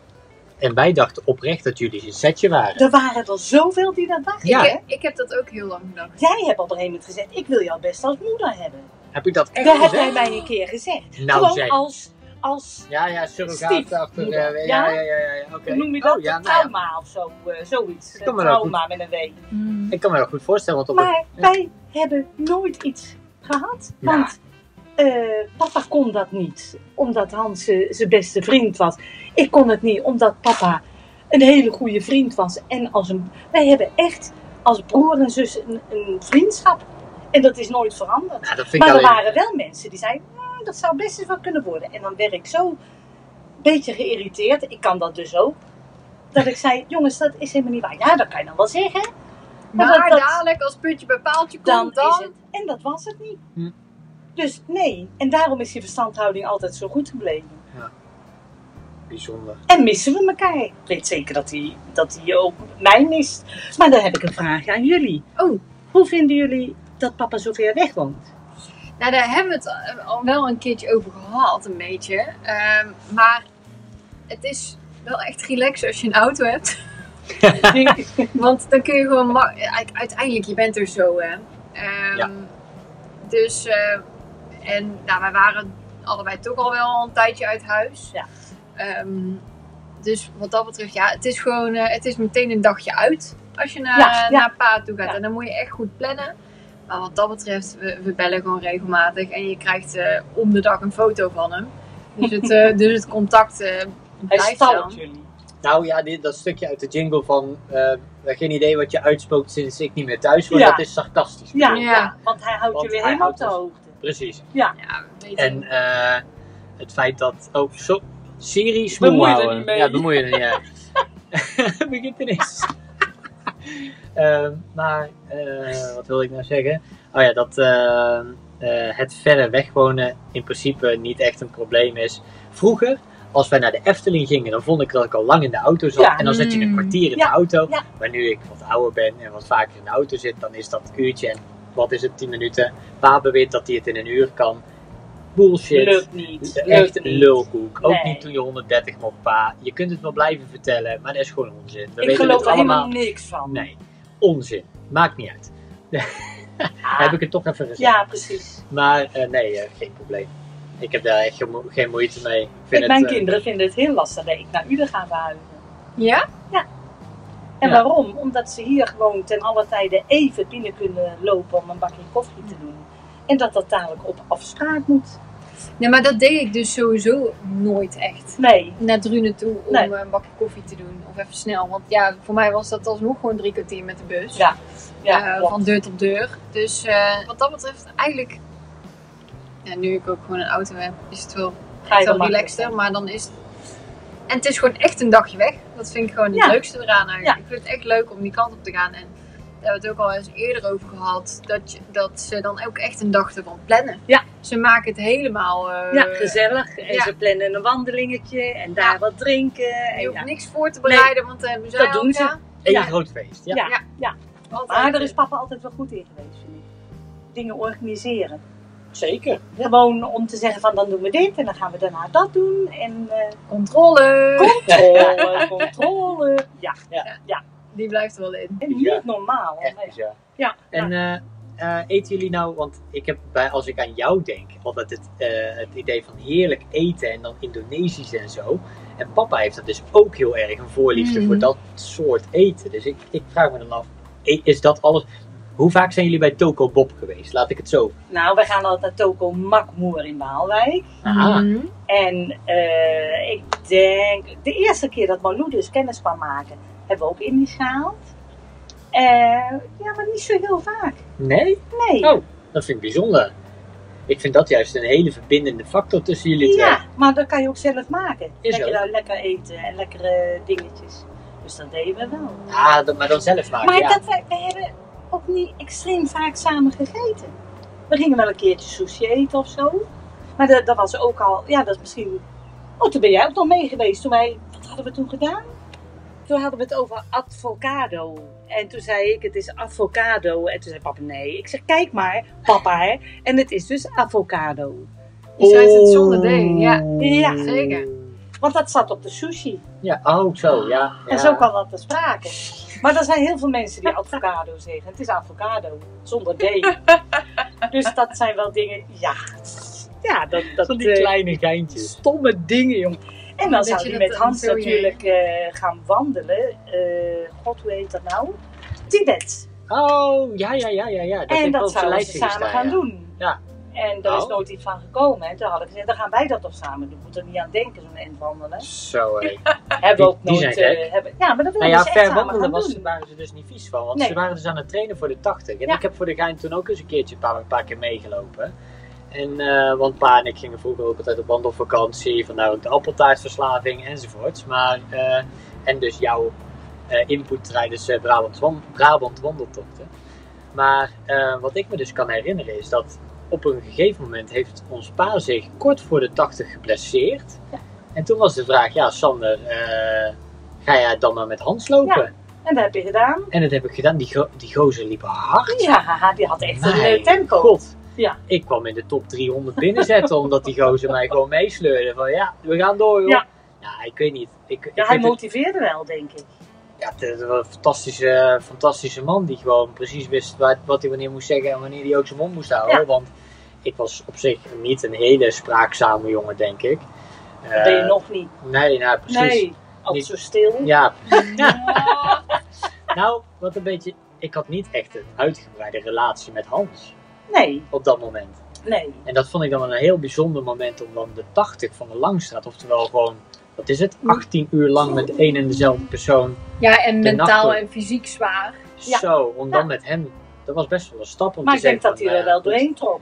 S1: En wij dachten oprecht dat jullie een setje waren.
S3: er waren er zoveel die dat dachten.
S1: Ja.
S2: Ik, ik heb dat ook heel lang gedacht.
S3: Jij hebt op een gegeven moment gezegd, ik wil jou best als moeder hebben.
S1: Heb ik dat echt
S3: Dat heb
S1: gezegd?
S3: jij mij een keer gezegd.
S1: Nou,
S3: Gewoon
S1: zeg.
S3: als, als,
S1: Ja, ja, surrogaat
S3: Stief.
S1: achter.
S3: Ja.
S1: eh, ja, ja, ja, ja, ja, oké.
S3: hoe noem je dat?
S1: Oh, ja, nou ja.
S3: trauma of zo, eh, zoiets.
S1: kan me dat
S3: trauma met een W.
S2: Mm.
S1: Ik kan me dat goed voorstellen, want op een-
S3: Maar wij hebben nooit iets gehad.
S1: Nou.
S3: Want eh, papa kon dat niet, omdat Hans eh, zijn beste vriend was. Ik kon het niet, omdat papa een hele goede vriend was. En als een, wij hebben echt als broer en zus een, een vriendschap. En dat is nooit veranderd.
S1: Ja, dat vind
S3: Maar
S1: ik
S3: er
S1: alleen...
S3: waren wel mensen die zeiden, "Nou, dat zou best eens wat kunnen worden. En dan werd ik zo een beetje geïrriteerd, ik kan dat dus ook, dat ik zei, jongens, dat is helemaal niet waar. Ja, dat kan je dan wel zeggen.
S2: Maar
S3: dat- dat-
S2: dadelijk, als puntje bij paaltje
S3: Dan,
S2: komt, dan...
S3: is het. En dat was het niet.
S1: Hm.
S3: Dus nee, en daarom is die verstandhouding altijd zo goed gebleven.
S1: Bijzonder.
S3: En missen we elkaar. Ik weet zeker dat hij dat hij ook mij mist. Maar dan heb ik een vraag aan jullie.
S2: Oh.
S3: Hoe vinden jullie dat papa zo ver weg woont?
S2: Nou, daar hebben we het eh, al wel een keertje over gehad, een beetje. Ehm, maar het is wel echt relax als je een auto hebt. Want dan kun je gewoon... ma- ja, Uiteindelijk, je bent er zo, hè. Ehm,
S1: Ja.
S2: Dus... eh, en nou, wij waren allebei toch al wel een tijdje uit huis.
S3: Ja.
S2: Ehm, dus wat dat betreft, ja, het is gewoon... eh, het is meteen een dagje uit als je naar,
S3: Ja, ja.
S2: naar pa toe gaat.
S3: Ja.
S2: En dan moet je echt goed plannen. Maar wat dat betreft, we, we bellen gewoon regelmatig. En je krijgt eh, om de dag een foto van hem. Dus het, eh, dus het contact eh,
S3: hij
S2: blijft
S3: stalkt
S2: dan.
S3: jullie.
S1: Nou ja, dit, dat stukje uit de jingle van... eh, geen idee wat je uitspookt sinds ik niet meer thuis ben.
S3: Ja.
S1: Dat is sarcastisch.
S3: Ja,
S1: bedoeld.
S2: Ja.
S3: ja, want hij houdt
S1: Want
S3: jullie
S1: hij
S3: helemaal op
S1: houdt
S3: de
S1: ons-
S3: hoogte.
S1: Precies.
S2: Ja, weet
S1: En
S2: je.
S1: eh, het feit dat... Oh, zo... Siri, smoel
S3: Bemoei je er
S1: houden.
S3: niet mee.
S1: Ja, bemoei je er niet mee. Begint ineens. Ehm, maar, eh, wat wil ik nou zeggen? Oh ja, dat eh, eh, het verder weg wonen in principe niet echt een probleem is. Vroeger, als wij naar de Efteling gingen, dan vond ik dat ik al lang in de auto zat.
S3: Ja.
S1: En dan zit je een
S2: Mm.
S1: kwartier in
S3: Ja,
S1: de auto.
S3: ja.
S1: Maar nu ik wat ouder ben en wat vaker in de auto zit, dan is dat een uurtje en wat is het, 10 minuten. Pa beweert dat hij het in een uur kan. Bullshit.
S3: Lukt niet.
S1: Echt
S3: Lukt
S1: een
S3: niet.
S1: lulkoek. Ook
S3: Nee.
S1: niet toen je 130 mocht pa. Je kunt het wel blijven vertellen, maar dat is gewoon onzin. We
S3: Ik
S1: weten
S3: geloof
S1: het
S3: er
S1: allemaal.
S3: helemaal niks van.
S1: Nee, onzin. Maakt niet uit.
S3: Ah,
S1: Heb ik het toch even gezegd.
S3: Ja, precies.
S1: Maar eh, nee, eh, geen probleem. Ik heb daar echt geen mo- geen moeite mee. Ik vind
S3: Ik, mijn
S1: het, eh,
S3: kinderen vinden het heel lastig dat ik naar Uden ga verhuizen.
S2: Ja?
S3: En
S1: Ja.
S3: waarom? Omdat ze hier gewoon ten alle tijde even binnen kunnen lopen om een bakje koffie te doen. En dat dat dadelijk op afspraak moet.
S2: Nee, maar dat deed ik dus sowieso nooit echt.
S3: Nee.
S2: Naar Drunen toe om
S3: Nee.
S2: eh, een bakje koffie te doen. Of even snel. Want ja, voor mij was dat alsnog gewoon drie kwartier met de bus.
S3: Ja. Ja,
S2: Eh,
S3: klopt.
S2: van deur tot deur. Dus eh, wat dat betreft, eigenlijk... Ja, nu ik ook gewoon een auto heb, is het wel
S3: Ga je
S2: wel
S3: makkelijk.
S2: relaxter, maar dan is het... En het is gewoon echt een dagje weg. Dat vind ik gewoon het
S3: Ja.
S2: leukste eraan eigenlijk.
S3: Ja.
S2: Ik vind het echt leuk om die kant op te gaan. En daar hebben we het ook al eens eerder over gehad. Dat, je, dat ze dan ook echt een dag ervan plannen.
S3: Ja.
S2: Ze maken het helemaal... eh,
S3: Ja, gezellig. En
S2: Ja.
S3: ze plannen een wandelingetje en daar
S2: Ja.
S3: wat drinken. En
S2: Je hoeft
S3: ja.
S2: niks voor te bereiden, want eh, dat hebben zij
S3: Dat
S2: al
S3: doen ze.
S2: gedaan.
S1: één
S3: ja.
S1: groot feest. Ja.
S3: Ja.
S2: Ja.
S3: Ja.
S2: Want,
S3: Maar
S2: eh,
S3: daar is papa altijd wel goed in geweest, vind ik. Dingen organiseren.
S1: Zeker.
S3: Gewoon om te zeggen van dan doen we dit en dan gaan we daarna dat doen. En eh,
S2: Controle!
S3: controle, controle. Ja,
S2: Die blijft er wel in.
S3: en niet normaal.
S1: Echt
S3: Nee. Nou,
S1: bizar.
S3: Ja,
S1: En eh, eh, eten jullie nou, want ik heb bij, als ik aan jou denk, altijd het, eh, het idee van heerlijk eten en dan Indonesisch en zo. En papa heeft dat dus ook heel erg een voorliefde
S2: Mhm.
S1: voor dat soort eten. Dus ik, ik vraag me dan af, i- is dat alles... Hoe vaak zijn jullie bij Toko Bob geweest? Laat ik het zo.
S3: Nou, wij gaan altijd naar Toko Makmoer in Waalwijk.
S1: Aha.
S2: Mhm.
S3: En eh, ik denk, de eerste keer dat Malou dus kennis kwam maken, hebben we ook Indisch gehaald. Eh, ja, maar niet zo heel vaak.
S1: Nee?
S3: Nee.
S1: Oh, dat vind ik bijzonder. Ik vind dat juist een hele verbindende factor tussen jullie twee.
S3: ja, maar dat kan je ook zelf maken.
S1: Is
S3: lekker,
S1: ook.
S3: eh, lekker eten en lekkere dingetjes. Dus dat deden we wel.
S1: Ah, dat- maar dan zelf maken,
S3: maar
S1: ja.
S3: dat wij, wij hebben ook niet extreem vaak samen gegeten. We gingen wel een keertje sushi eten of zo. Maar dat, dat was ook al, ja, dat is misschien. Oh, toen ben jij ook nog mee geweest. Toen wij, wat hadden we toen gedaan? Toen hadden we het over avocado. En toen zei ik, het is avocado. En toen zei papa, nee. Ik zeg, kijk maar, papa. Hè. En het is dus avocado.
S2: Die zei het zonder D, ja.
S3: Ja,
S2: zeker.
S3: Want dat zat op de sushi.
S1: Oh. Ja, oh, zo, ja.
S3: En
S1: ja.
S3: zo kwam dat ter sprake. Maar er zijn heel veel mensen die avocado zeggen. Het is avocado, zonder D. Dus dat zijn wel dingen, ja. Ja, dat, dat
S1: Van die
S3: eh,
S1: kleine geintjes.
S3: stomme dingen, jong. En dan
S2: Dat
S3: zou
S2: je
S3: je
S2: dat
S3: met Hans
S2: zo je-
S3: natuurlijk eh, gaan wandelen. Eh, God, hoe heet dat nou? Tibet.
S1: Oh, ja, ja, ja, ja. ja. Dat
S3: en
S1: heeft wel
S3: dat
S1: op zijn
S3: zouden ze
S1: lijstje
S3: samen
S1: gestaan,
S3: gaan
S1: ja.
S3: doen.
S1: Ja.
S3: En daar is
S1: Oh.
S3: nooit iets van gekomen. En toen had ik gezegd, dan gaan wij dat toch samen doen. Moet er niet aan denken, zo'n endwandelen.
S1: Zo, hé.
S3: Hebben we ook
S1: die
S3: nooit...
S1: zijn gek.
S3: eh, hebben... Ja, maar dat
S1: Nou
S3: wilden
S1: ja,
S3: ze echt
S1: ver
S3: samen gaan
S1: wandelen
S3: doen.
S1: was, waren ze dus niet vies van. Want
S3: Nee.
S1: ze waren dus aan het trainen voor de 80. En
S3: Ja.
S1: ik heb voor de gein toen ook eens een keertje een paar, een paar keer meegelopen. En, eh, want pa en ik gingen vroeger ook altijd op wandelvakantie. Vandaar ook de appeltaartverslaving enzovoorts. Maar, eh, en dus jouw eh, input tijdens eh, Brabant, wan- Brabant wandeltochten. Maar eh, wat ik me dus kan herinneren is dat op een gegeven moment heeft ons pa zich kort voor de 80 geblesseerd. En toen was de vraag, ja Sander, eh, ga jij dan maar met Hans lopen?
S3: En dat heb je gedaan.
S1: En dat heb ik gedaan. Die, go- die gozer liep hard.
S3: Ja, die had echt een
S1: Mijn
S3: leuk tempo.
S1: God.
S3: Ja.
S1: Ik kwam in de top 300 binnenzetten, omdat die gozer mij gewoon meesleurde. Van ja, we gaan door joh.
S3: Ja.
S1: Ja, ik weet niet. Ik, ik
S3: Ja, hij
S1: vind het-
S3: motiveerde wel, denk ik.
S1: ja, het is wel een fantastische, fantastische man die gewoon precies wist wat, wat hij wanneer moest zeggen en wanneer hij ook zijn mond moest houden.
S3: Ja.
S1: Want ik was op zich niet een hele spraakzame jongen, denk ik.
S3: Dat ben je
S1: Eh,
S3: nog niet.
S1: Nee, nou, precies.
S3: Nee, altijd
S1: Niet.
S3: zo stil.
S1: Ja,
S2: Ja.
S1: nou, wat een beetje. Ik had niet echt een uitgebreide relatie met Hans
S3: Nee,
S1: op dat moment.
S3: nee.
S1: En dat vond ik dan wel een heel bijzonder moment om dan de 80 van de Langstraat, oftewel gewoon, wat is het, 18 uur lang met één en dezelfde persoon.
S2: Ja, en
S1: De
S2: mentaal
S1: nachten.
S2: en fysiek zwaar.
S3: Ja.
S1: Zo, om dan
S3: Ja.
S1: met hem, dat was best wel een stap om
S3: Maar
S1: te
S3: ik denk
S1: zeggen.
S3: dat hij
S1: van,
S3: er
S1: eh,
S3: wel doorheen trok.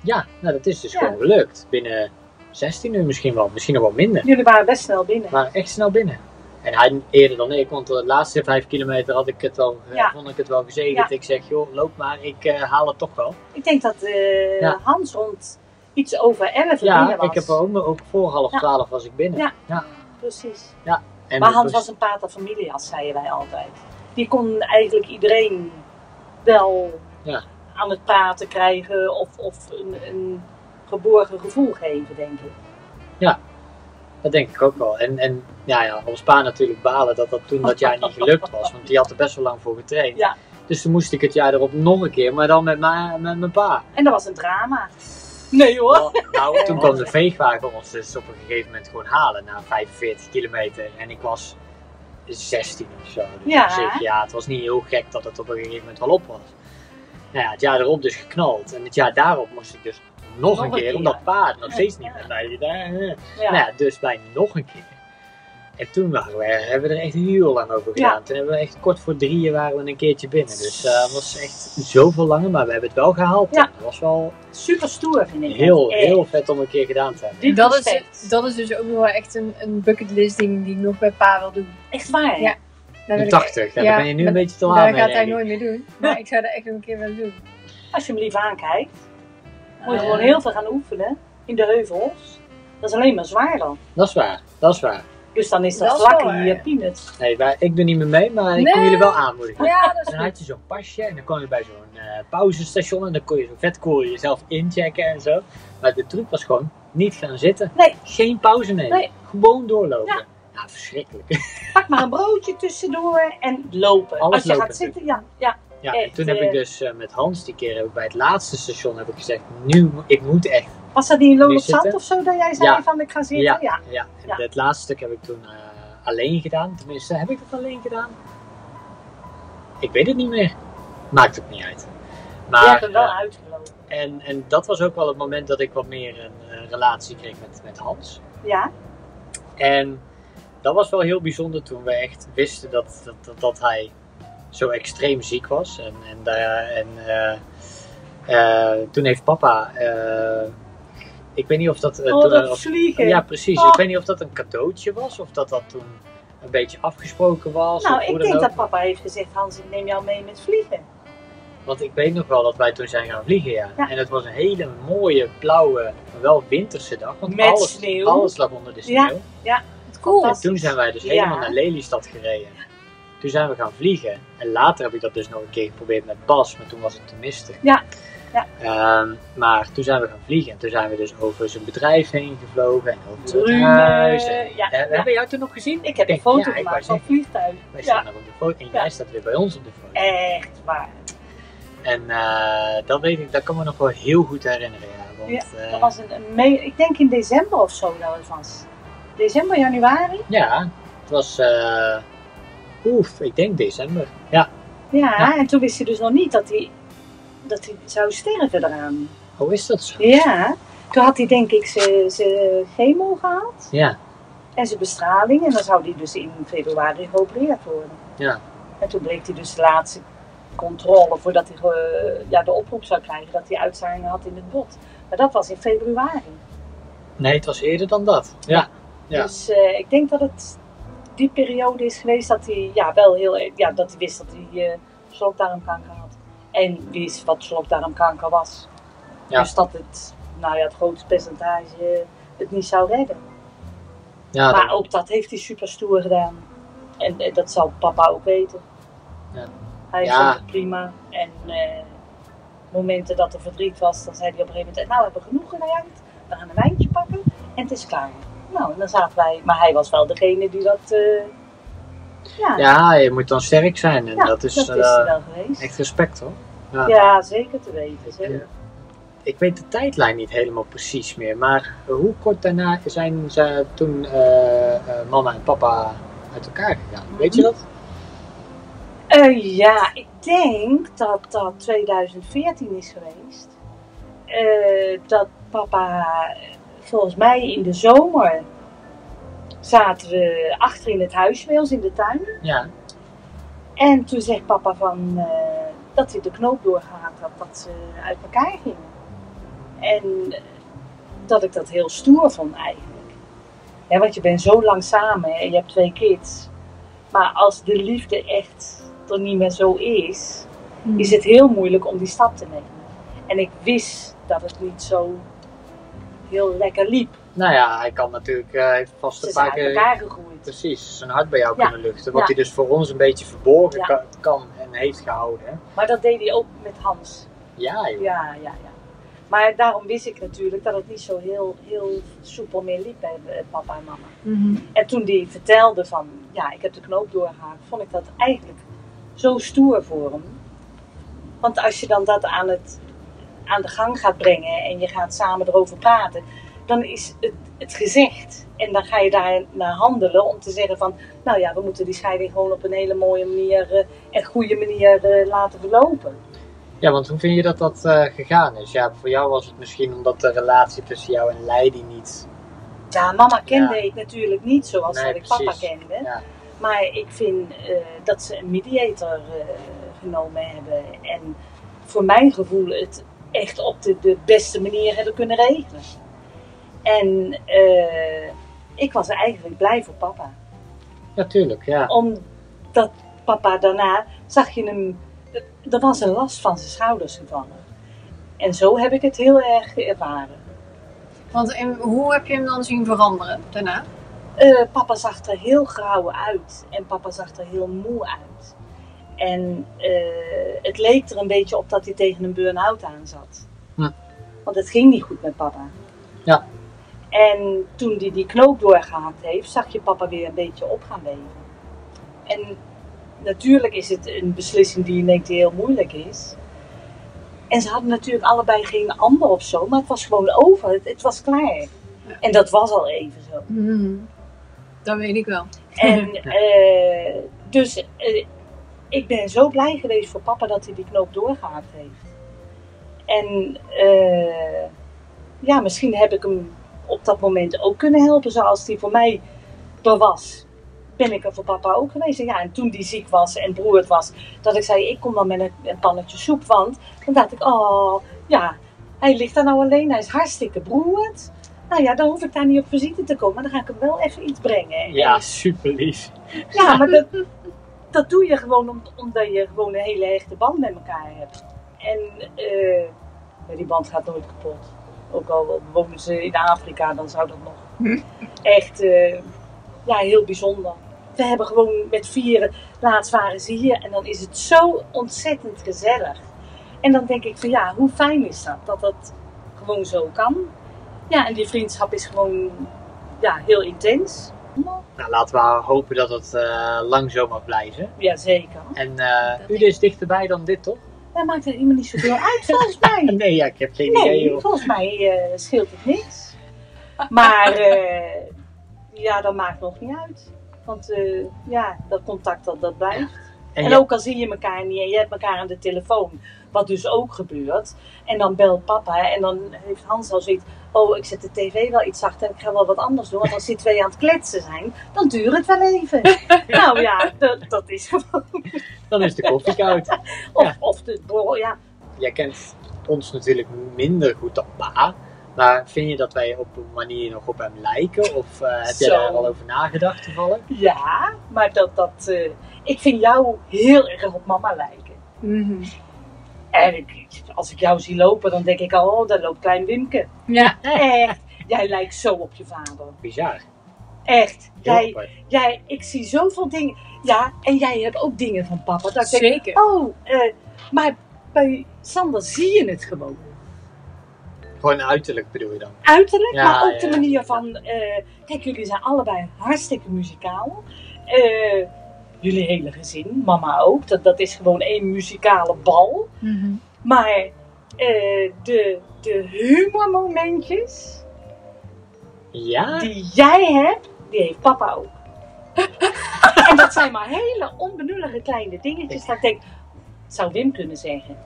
S1: Ja, nou dat is dus
S3: Ja.
S1: gewoon gelukt. Binnen 16 uur misschien wel, misschien nog wel minder.
S3: Jullie waren best snel binnen.
S1: Maar echt snel binnen. En hij eerder dan ik, want de laatste 5 kilometer had ik het al, eh,
S3: Ja.
S1: vond ik het wel gezegend. Ik zeg, joh, loop maar, ik eh, haal het toch wel.
S3: Ik denk dat eh,
S1: Ja.
S3: Hans rond iets over 11 binnen
S1: Ja,
S3: was.
S1: ik heb ook, ook voor half
S3: Ja.
S1: 12 was ik binnen.
S3: Ja. Precies.
S1: En
S3: maar
S1: het
S3: Hans was een pater familias, zeiden wij altijd. Die kon eigenlijk iedereen wel
S1: Ja.
S3: aan het praten krijgen of, of een, een geborgen gevoel geven, denk ik.
S1: Dat denk ik ook wel. En, en ja, ja, ons pa natuurlijk balen dat dat toen dat jaar niet gelukt was. Want die had er best wel lang voor getraind.
S3: Ja.
S1: Dus toen moest ik het jaar erop nog een keer, maar dan met, ma- met mijn pa.
S3: En dat was een drama. Nee hoor.
S1: Nou, nou, toen kwam de veegwagen ons dus op een gegeven moment gewoon halen na 45 kilometer. En ik was 16 of zo. Dus
S3: Ja.
S1: op zich, ja, het was niet heel gek dat het op een gegeven moment wel op was. Nou ja, het jaar erop dus geknald. En het jaar daarop moest ik dus nog, een keer, omdat pa het nog steeds niet met mij deed.
S3: Ja.
S1: Nou ja, dus bij nog een keer. En toen waren we, hebben we er echt heel lang over
S3: Ja.
S1: gedaan. Toen hebben we echt kort voor drieën waren we een keertje binnen. Dus eh, het was echt zoveel langer, maar we hebben het wel gehaald.
S3: Ja.
S1: Het was wel
S3: Super stoer vind ik. dat.
S1: heel,
S3: Echt.
S1: heel vet om een keer gedaan te hebben.
S3: Diep
S2: Dat is,
S3: respect.
S2: dat is dus ook nog wel echt een, een bucketlist ding die ik nog bij pa wil doen.
S3: Echt waar.
S2: Ja. Daar wil
S1: De
S2: ik-
S1: 80, ja, daar
S2: ja,
S1: ben je nu
S2: maar
S1: een beetje te
S2: Daar
S1: laat mee.
S2: gaat hij
S1: denk ik.
S2: nooit meer doen. Maar ik zou dat echt nog een keer willen doen.
S3: Als je hem lief aankijkt, moet je
S2: Eh,
S3: gewoon heel veel gaan oefenen in de heuvels. Dat is alleen maar zwaar dan.
S1: Dat is waar, dat is waar.
S3: Dus dan is dat,
S2: Dat is
S3: vlakken
S2: wel waar,
S3: hier
S2: ja.
S3: peanuts.
S1: Nee, wij- ik doe niet meer mee, maar ik
S2: Nee.
S1: kon jullie wel aanmoedigen.
S2: Ja, dat
S1: En
S2: is
S1: dan
S2: goed.
S1: had je zo'n pasje en dan kwam je bij zo'n eh, pauzestation en dan kon je zo'n vetkool jezelf inchecken en zo. Maar de truc was gewoon niet gaan zitten.
S3: Nee.
S1: Geen pauze nemen.
S3: Nee.
S1: Gewoon doorlopen.
S3: Ja.
S1: Ja, verschrikkelijk.
S3: Pak maar een broodje tussendoor en lopen.
S1: Alles
S3: Als je
S1: lopen
S3: gaat zitten, ja. ja.
S1: Ja, en
S3: Echt,
S1: toen heb
S3: eh.
S1: ik dus eh, met Hans die keer heb ik bij het laatste station heb ik gezegd, nu, ik moet echt.
S3: Was dat niet in Loon
S1: Nu
S3: op Zand
S1: zitten.
S3: of zo dat jij zei
S1: Ja.
S3: van ik ga zitten? Ja.
S1: Ja, en
S3: Ja.
S1: dat laatste stuk heb ik toen eh, alleen gedaan. Tenminste, heb ik dat alleen gedaan? Ik weet het niet meer. Maakt ook niet uit.
S3: je
S1: Maar
S3: hebt hem wel
S1: eh,
S3: uitgelopen.
S1: En, en dat was ook wel het moment dat ik wat meer een eh, relatie kreeg met, met Hans.
S3: Ja.
S1: En dat was wel heel bijzonder toen we echt wisten dat, dat, dat, dat hij zo extreem ziek was. En, en, daar- en eh, eh, toen heeft papa. eh, ik weet niet of dat. eh,
S3: Oh,
S1: toen-
S3: dat
S1: of-
S3: vliegen.
S1: ja, precies.
S3: Oh.
S1: Ik weet niet of dat een cadeautje was of dat dat toen een beetje afgesproken was.
S3: nou,
S1: of hoe
S3: ik
S1: dan
S3: denk
S1: ook.
S3: dat papa heeft gezegd, Hans, ik neem jou mee met vliegen.
S1: Want ik weet nog wel dat wij toen zijn gaan vliegen, ja.
S3: Ja.
S1: En het was een hele mooie, blauwe, wel winterse dag. Want
S3: Met
S1: alles,
S3: sneeuw.
S1: alles lag onder de sneeuw.
S3: Ja,
S2: Cool.
S1: En toen zijn wij dus
S3: Ja.
S1: helemaal naar Lelystad gereden. Toen zijn we gaan vliegen. En later heb ik dat dus nog een keer geprobeerd met Bas, maar toen was het te mistig.
S3: Ja, ja.
S1: Ehm, maar toen zijn we gaan vliegen. En toen zijn we dus over zijn bedrijf heen gevlogen. En over het
S3: Trumen.
S1: huis. En,
S3: eh, Ja,
S1: en-
S3: ja.
S1: Hebben jij toen nog gezien?
S3: Ik heb een
S1: Ja,
S3: foto
S1: eh, ik wou
S3: gemaakt van
S1: zeggen.
S3: vliegtuig.
S1: Wij
S3: Ja,
S1: staan daar op de foto. En
S3: Ja.
S1: jij staat weer bij ons op de foto.
S3: echt waar.
S1: En eh, dat weet ik, dat kan me nog wel heel goed herinneren. Ja, want, eh,
S3: Dat was een, een me- ik denk in december of zo dat het was. December, januari?
S1: ja, het was. eh, oef, ik denk december. Ja,
S3: Ja,
S1: Ja.
S3: en toen wist hij dus nog niet dat hij, dat hij zou sterven eraan.
S1: hoe Oh, is dat zo?
S3: Ja, toen had hij denk ik zijn- zijn chemo gehad
S1: Ja,
S3: en zijn bestraling. En dan zou hij dus in februari geopereerd worden.
S1: Ja.
S3: En toen bleek hij dus de laatste controle voordat hij eh, ja, de oproep zou krijgen dat hij uitzaaiingen had in het bot. Maar dat was in februari.
S1: nee, het was eerder dan dat. Ja, Ja.
S3: Dus eh, ik denk dat het die periode is geweest dat hij ja, wel heel erg- ja, dat hij wist dat hij eh sloopdarmkanker had. En wist wat sloopdarmkanker was.
S1: Ja.
S3: Dus dat het, nou ja, het grootste percentage eh, het niet zou redden.
S1: ja,
S3: maar
S1: dan-
S3: ook dat heeft hij super stoer gedaan. En, eh, dat zal papa ook weten.
S1: Ja.
S3: Hij
S1: Ja.
S3: vond het prima. En eh, momenten dat er verdriet was, dan zei hij op een gegeven moment, nou we hebben genoeg geruimd. We gaan een wijntje pakken en het is klaar. Nou, en dan zaten wij, maar hij was wel degene die dat, eh, ja,
S1: ja, je moet dan sterk zijn. En
S3: Ja,
S1: dat is,
S3: dat is
S1: eh,
S3: hij wel geweest.
S1: echt respect hoor. ja.
S3: Ja, zeker te weten. Zeker.
S1: Ik weet de tijdlijn niet helemaal precies meer. Maar hoe kort daarna zijn ze toen eh, eh, mama en papa uit elkaar gegaan? Weet je dat?
S3: Mhm. Eh, ja, ik denk dat dat 2014 is geweest. Eh, dat papa, eh, volgens mij in de zomer, zaten we achter in het huis bij ons in de tuin.
S1: Ja,
S3: En toen zegt papa van, eh, dat hij de knoop doorgehaakt had, dat ze uit elkaar gingen. En eh, dat ik dat heel stoer vond eigenlijk. Hè, want je bent zo lang samen en je hebt twee kids. Maar als de liefde echt er niet meer zo is, is het heel moeilijk om die stap te nemen. En ik wist dat het niet zo heel lekker liep.
S1: nou ja, hij kan natuurlijk, eh, hij heeft vast
S3: Ze
S1: een
S3: zijn
S1: paar
S3: uit
S1: keer
S3: elkaar gegroeid.
S1: Precies, zijn hart bij jou
S3: Ja.
S1: kunnen luchten. Wat
S3: Ja.
S1: hij dus voor ons een beetje verborgen
S3: Ja.
S1: ka- kan, en heeft gehouden. Hè?
S3: Maar dat deed hij ook met Hans.
S1: Ja, joh.
S3: Ja, ja, ja. Maar daarom wist ik natuurlijk dat het niet zo heel, heel soepel meer liep bij eh, papa en mama.
S2: Mhm.
S3: En toen die vertelde van, ja, ik heb de knoop doorgehaakt, vond ik dat eigenlijk zo stoer voor hem. Want als je dan dat aan, het, aan de gang gaat brengen en je gaat samen erover praten, dan is het, het gezegd. En dan ga je daar naar handelen om te zeggen van, nou ja, we moeten die scheiding gewoon op een hele mooie manier eh, en goede manier eh, laten verlopen.
S1: ja, want hoe vind je dat dat eh, gegaan is? Ja, voor jou was het misschien omdat de relatie tussen jou en Leidy niet...
S3: Ja, mama kende
S1: Ja.
S3: ik natuurlijk niet zoals
S1: Nee,
S3: dat ik papa
S1: precies.
S3: kende.
S1: Ja.
S3: Maar ik vind eh, dat ze een mediator eh, genomen hebben. En voor mijn gevoel het echt op de, de beste manier hebben kunnen regelen. En eh, ik was eigenlijk blij voor papa.
S1: ja, tuurlijk, ja.
S3: Omdat papa daarna zag je hem. Er was een last van zijn schouders gevallen. En zo heb ik het heel erg ervaren.
S2: eh, Want en hoe heb je hem dan zien veranderen daarna?
S3: Eh, papa zag er heel grauw uit en papa zag er heel moe uit. En eh, het leek er een beetje op dat hij tegen een burn-out aan zat.
S1: Hm.
S3: Want het ging niet goed met papa.
S1: Ja.
S3: En toen hij die knoop doorgehaakt heeft, zag je papa weer een beetje op gaan leven. En natuurlijk is het een beslissing die je denkt die heel moeilijk is. En ze hadden natuurlijk allebei geen ander of zo, maar het was gewoon over. Het, het was klaar. En dat was al even zo.
S2: Mhm. Dat weet ik wel.
S3: En eh, dus eh, ik ben zo blij geweest voor papa dat hij die knoop doorgehaakt heeft. En eh, ja, misschien heb ik hem op dat moment ook kunnen helpen zoals hij voor mij er was. Ben ik er voor papa ook geweest. En ja, en toen die ziek was en beroerd was, dat ik zei, ik kom dan met een, een pannetje soep. Want dan dacht ik, oh ja, hij ligt daar nou alleen, hij is hartstikke beroerd. Nou ja, dan hoef ik daar niet op visite te komen, maar dan ga ik hem wel even iets brengen.
S1: Ja, super lief.
S3: Ja, maar dat, dat doe je gewoon om- omdat je gewoon een hele hechte band met elkaar hebt. En eh, ja, die band gaat nooit kapot. Ook al wonen ze in Afrika, dan zou dat nog
S2: Hm.
S3: echt eh, ja, heel bijzonder. We hebben gewoon met vieren, laatst waren ze hier en dan is het zo ontzettend gezellig. En dan denk ik van ja, hoe fijn is dat? Dat dat gewoon zo kan. Ja, en die vriendschap is gewoon ja, heel intens.
S1: Nou, laten we hopen dat het eh, lang zo mag blijven.
S3: Jazeker.
S1: En eh
S2: Dat
S1: u is dichterbij dan dit, toch?
S3: Dat maakt er helemaal niet zoveel uit, volgens mij.
S1: Nee, ja, ik heb geen idee.
S3: Nee,
S1: Joh.
S3: volgens mij eh, scheelt het niks. Maar eh, ja, dat maakt nog niet uit. Want eh, ja, dat contact dat, dat blijft.
S1: En
S3: en
S1: ja,
S3: ook al zie je elkaar niet en je hebt elkaar aan de telefoon. Wat dus ook gebeurt. En dan belt papa en dan heeft Hans al zoiets. Oh, ik zet de tv wel iets zachter en ik ga wel wat anders doen. Want als die twee aan het kletsen zijn, dan duurt het wel even. nou ja, dat, dat is gewoon.
S1: dan is de koffie koud.
S3: Of, of de borrel, ja.
S1: Jij kent ons natuurlijk minder goed dan pa. Maar vind je dat wij op een manier nog op hem lijken? Of eh, heb jij
S3: Zo.
S1: daar al over nagedacht toevallig?
S3: Ja, maar dat, dat, eh, ik vind jou heel erg op mama lijken.
S2: Mhm.
S3: En ik, als ik jou zie lopen, dan denk ik al, oh, daar loopt klein Wimke.
S2: Ja.
S3: Echt, jij lijkt zo op je vader.
S1: Bizar.
S3: Echt,
S1: Heel
S3: jij,
S1: apart.
S3: jij, ik zie zoveel dingen. Ja, en jij hebt ook dingen van papa. Dat ik denk,
S2: Zeker.
S3: oh, eh, maar bij Sander zie je het gewoon.
S1: Gewoon uiterlijk bedoel je dan?
S3: uiterlijk,
S1: Ja,
S3: maar ook
S1: ja,
S3: de
S1: ja.
S3: manier van. eh, kijk, jullie zijn allebei hartstikke muzikaal. Eh, jullie hele gezin, mama ook. Dat, dat is gewoon één muzikale bal.
S2: Mhm.
S3: Maar eh, de, de humormomentjes
S1: Ja?
S3: die jij hebt, die heeft papa ook. en dat zijn maar hele onbenullige kleine dingetjes. Dat ik denk, zou Wim kunnen zeggen.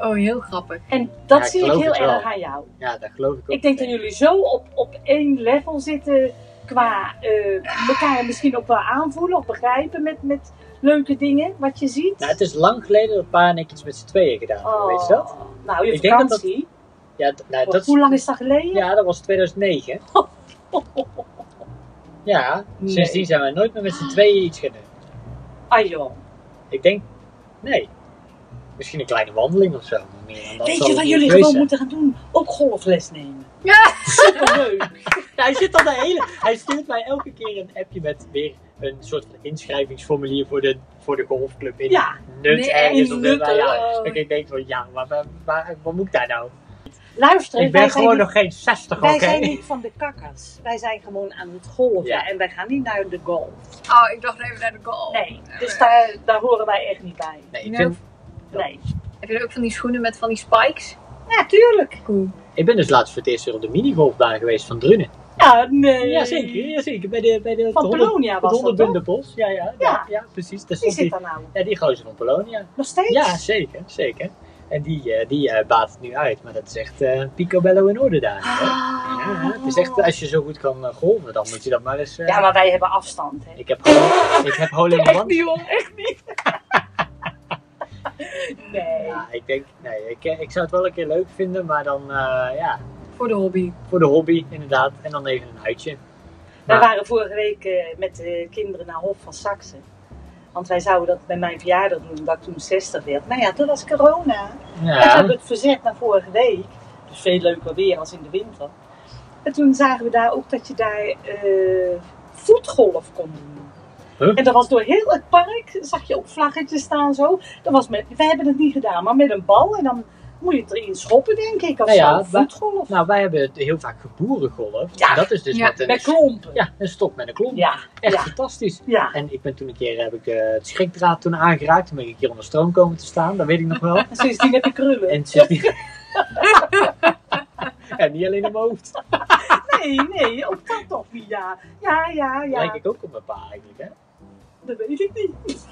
S2: Oh, heel grappig.
S3: En dat
S1: Ja, ik
S3: zie ik
S1: geloof
S3: heel
S1: het wel.
S3: erg aan jou.
S1: Ja, dat geloof ik ook.
S3: Ik denk dat jullie zo op, op één level zitten qua eh, elkaar misschien ook wel aanvoelen of begrijpen met, met leuke dingen wat je ziet.
S1: Nou, het is lang geleden dat pa en ik iets met z'n tweeën gedaan hebben,
S3: Oh,
S1: weet je dat?
S3: Nou, je
S1: Ik denk dat dat-
S3: vakantie.
S1: Ja, d- nou,
S3: Wat-
S1: dat is-
S3: Hoe lang is dat geleden?
S1: Ja, dat was 2009. Ja,
S3: Nee.
S1: sindsdien zijn we nooit meer met z'n tweeën iets gaan doen.
S3: Ah joh.
S1: Ik denk, nee. Misschien een kleine wandeling of zo. maar meer dan dat
S3: Weet
S1: zal
S3: je
S1: het
S3: wat
S1: niet
S3: jullie
S1: geweest
S3: gewoon
S1: zijn.
S3: moeten gaan doen? Ook golfles nemen.
S2: Ja.
S3: Superleuk.
S1: Hij zit al de hele... Hij stuurt mij elke keer een appje met weer een soort van inschrijvingsformulier voor de, voor de golfclub in
S3: ja.
S1: Nut
S2: Nee,
S1: ergens.
S3: in
S1: Of
S3: Nut,
S1: waar, ja.
S3: oh.
S1: Dat Ik denk van, ja, maar waar, waar- wat moet ik daar nou?
S3: Luister,
S1: Ik
S3: wij
S1: ben
S3: zijn
S1: gewoon
S3: niet-
S1: nog geen 60, oké?
S3: Wij zijn niet van de kakkers. Wij zijn gewoon aan het golven
S1: Ja.
S3: en wij gaan niet naar de golf.
S2: Oh, ik dacht even naar de goal.
S3: Nee, dus daar, daar horen wij echt niet bij.
S1: Nee, ik,
S2: Ja.
S1: vind,
S3: Nee.
S2: Heb je er ook van die schoenen met van die spikes?
S3: Ja, tuurlijk.
S2: Cool.
S1: ik ben dus laatst voor het eerst weer op de minigolfbaan geweest van Drunen.
S3: Ja, nee.
S1: Ja, zeker. Ja, zeker. Bij de, bij de
S3: Eh, Van
S1: het honden-
S3: Polonia
S1: het
S3: was dat toch?
S1: hondenbundenbos. Ja, ja, ja.
S3: Ja.
S1: ja, precies. Daar
S3: Die
S1: stond
S3: zit
S1: die,
S3: daar nou.
S1: ja, die gozer van Polonia.
S3: Nog steeds?
S1: Ja, zeker. zeker. En die, eh, die eh, baat het nu uit. Maar dat is echt eh picobello in orde daar.
S2: Ah.
S1: Ja, het is echt, als je zo goed kan eh, golven, dan moet je dat maar eens... eh,
S3: Ah. Ja, maar wij hebben afstand. Hè.
S1: Ik heb gewoon... ik heb hole in
S3: Echt
S1: one.
S3: niet hoor, echt niet. nee.
S1: Ja, ik denk... Nee, ik, eh, ik zou het wel een keer leuk vinden. Maar dan, eh, ja,
S2: Voor de hobby.
S1: voor de hobby inderdaad. En dan even een uitje.
S3: Wij
S1: Maar-
S3: waren vorige week eh, met de kinderen naar Hof van Saxe. Want wij zouden dat bij mijn verjaardag doen, omdat ik toen 60 werd. Nou ja, toen was corona. En we
S1: Ja.
S3: hebben het verzet naar vorige week. Dus veel leuker weer als in de winter. En toen zagen we daar ook dat je daar eh, voetgolf kon doen.
S1: Huh?
S3: En dat was door heel het park, zag je ook vlaggetjes staan zo. Dat was met, wij hebben het niet gedaan, maar met een bal en dan moet je het erin schoppen, denk ik. Of
S1: Nou ja,
S3: zo,
S1: wa-
S3: voetgolf.
S1: Nou, wij hebben het heel vaak geboerengolf.
S3: Ja.
S1: En dat is dus
S2: Ja,
S1: met een,
S3: Met klompen.
S1: ja, een stok met een klomp.
S3: ja.
S1: Echt
S3: ja.
S1: fantastisch.
S3: ja.
S1: En ik ben toen een keer, heb ik eh, het schrikdraad toen aangeraakt. Toen ben ik een keer onder stroom komen te staan, dat weet ik nog wel.
S3: En sindsdien heb ik krullen.
S1: En sindsdien... ja, niet alleen in mijn hoofd.
S3: Nee, nee, ook dat nog niet, ja. Ja, ja, ja.
S1: Lijk ik ook op mijn pa eigenlijk, hè?
S3: Dat weet ik niet.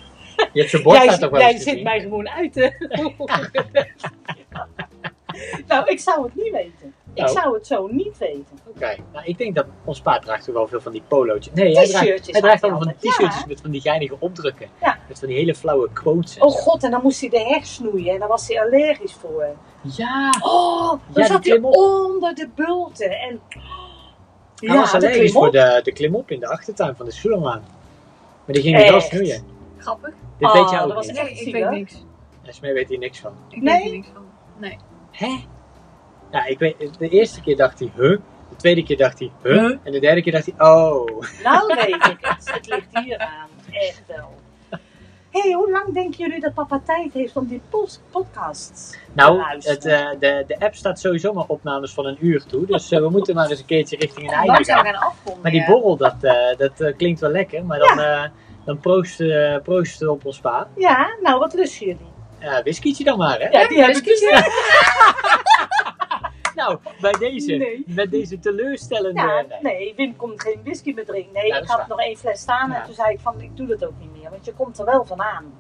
S1: Je hebt zijn bord
S3: jij
S1: staat
S3: zit-
S1: toch wel
S3: jij
S1: eens
S3: zit
S1: gezien?
S3: mij gewoon uit te Nou, ik zou het niet weten. Ik
S1: Oh.
S3: zou het zo niet weten.
S1: Oké, nou ik denk dat ons paard draagt toch wel veel van die polootjes. Nee, hij draagt,
S3: T-shirtjes.
S1: hij draagt
S3: had
S1: allemaal van die
S3: altijd.
S1: t-shirtjes
S3: Ja.
S1: met van die geinige opdrukken.
S3: Ja.
S1: Met van die hele flauwe quotes en
S3: Oh
S1: zo.
S3: god, en dan moest hij de heg snoeien en daar was hij allergisch voor.
S1: Ja,
S3: Oh,
S1: die
S3: dan zat hij
S1: klimop.
S3: onder de bulten. En...
S1: hij was
S3: dat
S1: allergisch voor
S3: klimop.
S1: de, de klimop in de achtertuin van de Soelanlaan. Maar die ging er
S3: Echt?
S1: wel snoeien.
S2: Grappig.
S1: Dit
S3: Ah,
S1: weet jij ook
S3: dat was
S1: niet.
S3: echt-
S2: Nee, ik
S3: zielig.
S2: weet niks.
S1: Esmee weet hier niks van.
S2: Ik
S3: Nee?
S2: weet er niks van. Nee.
S1: Hè? Ja, ik weet, de eerste keer dacht hij, huh? De tweede keer dacht hij, huh?
S2: Huh?
S1: En de derde keer dacht hij, oh.
S3: Nou weet ik het. Het ligt hier aan. Echt wel. Hé, hey, hoe lang denken jullie dat papa tijd heeft om die pos- podcast te
S1: Nou,
S3: luisteren?
S1: het, eh, de, de app staat sowieso maar opnames van een uur toe. Dus eh, we moeten maar eens een keertje richting een einde
S2: Langzaam
S1: gaan.
S2: gaan afronden.
S1: Maar die
S2: ja.
S1: borrel, dat, eh, dat eh, klinkt wel lekker. Maar dan, eh, dan proosten eh, proosten we op ons pa.
S3: Ja, nou wat lusten jullie?
S1: Ja, whiskietje dan maar, hè?
S3: Ja, die heb ik dus niet.
S1: Nou, bij deze,
S3: Nee.
S1: met deze teleurstellende...
S3: Ja, eh, nee, Wim komt geen whisky meer drinken. Nee,
S1: Ja, dat
S3: ik
S1: is
S3: had
S1: waar.
S3: nog één fles staan
S1: Ja.
S3: en toen zei ik van, ik doe dat ook niet meer. Want je komt er wel van aan.
S2: Van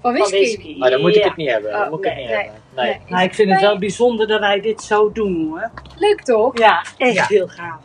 S3: Van
S2: whisky.
S3: whisky.
S1: Maar dan moet ik
S3: Ja.
S1: het niet hebben. Dan
S2: Oh,
S1: moet ik het
S2: nee,
S1: niet
S2: nee,
S1: hebben. Nee.
S2: Nee.
S3: Nou, ik vind het wel bijzonder dat wij dit zo doen hoor.
S2: Leuk toch?
S3: Ja, echt
S1: Ja.
S3: heel gaaf.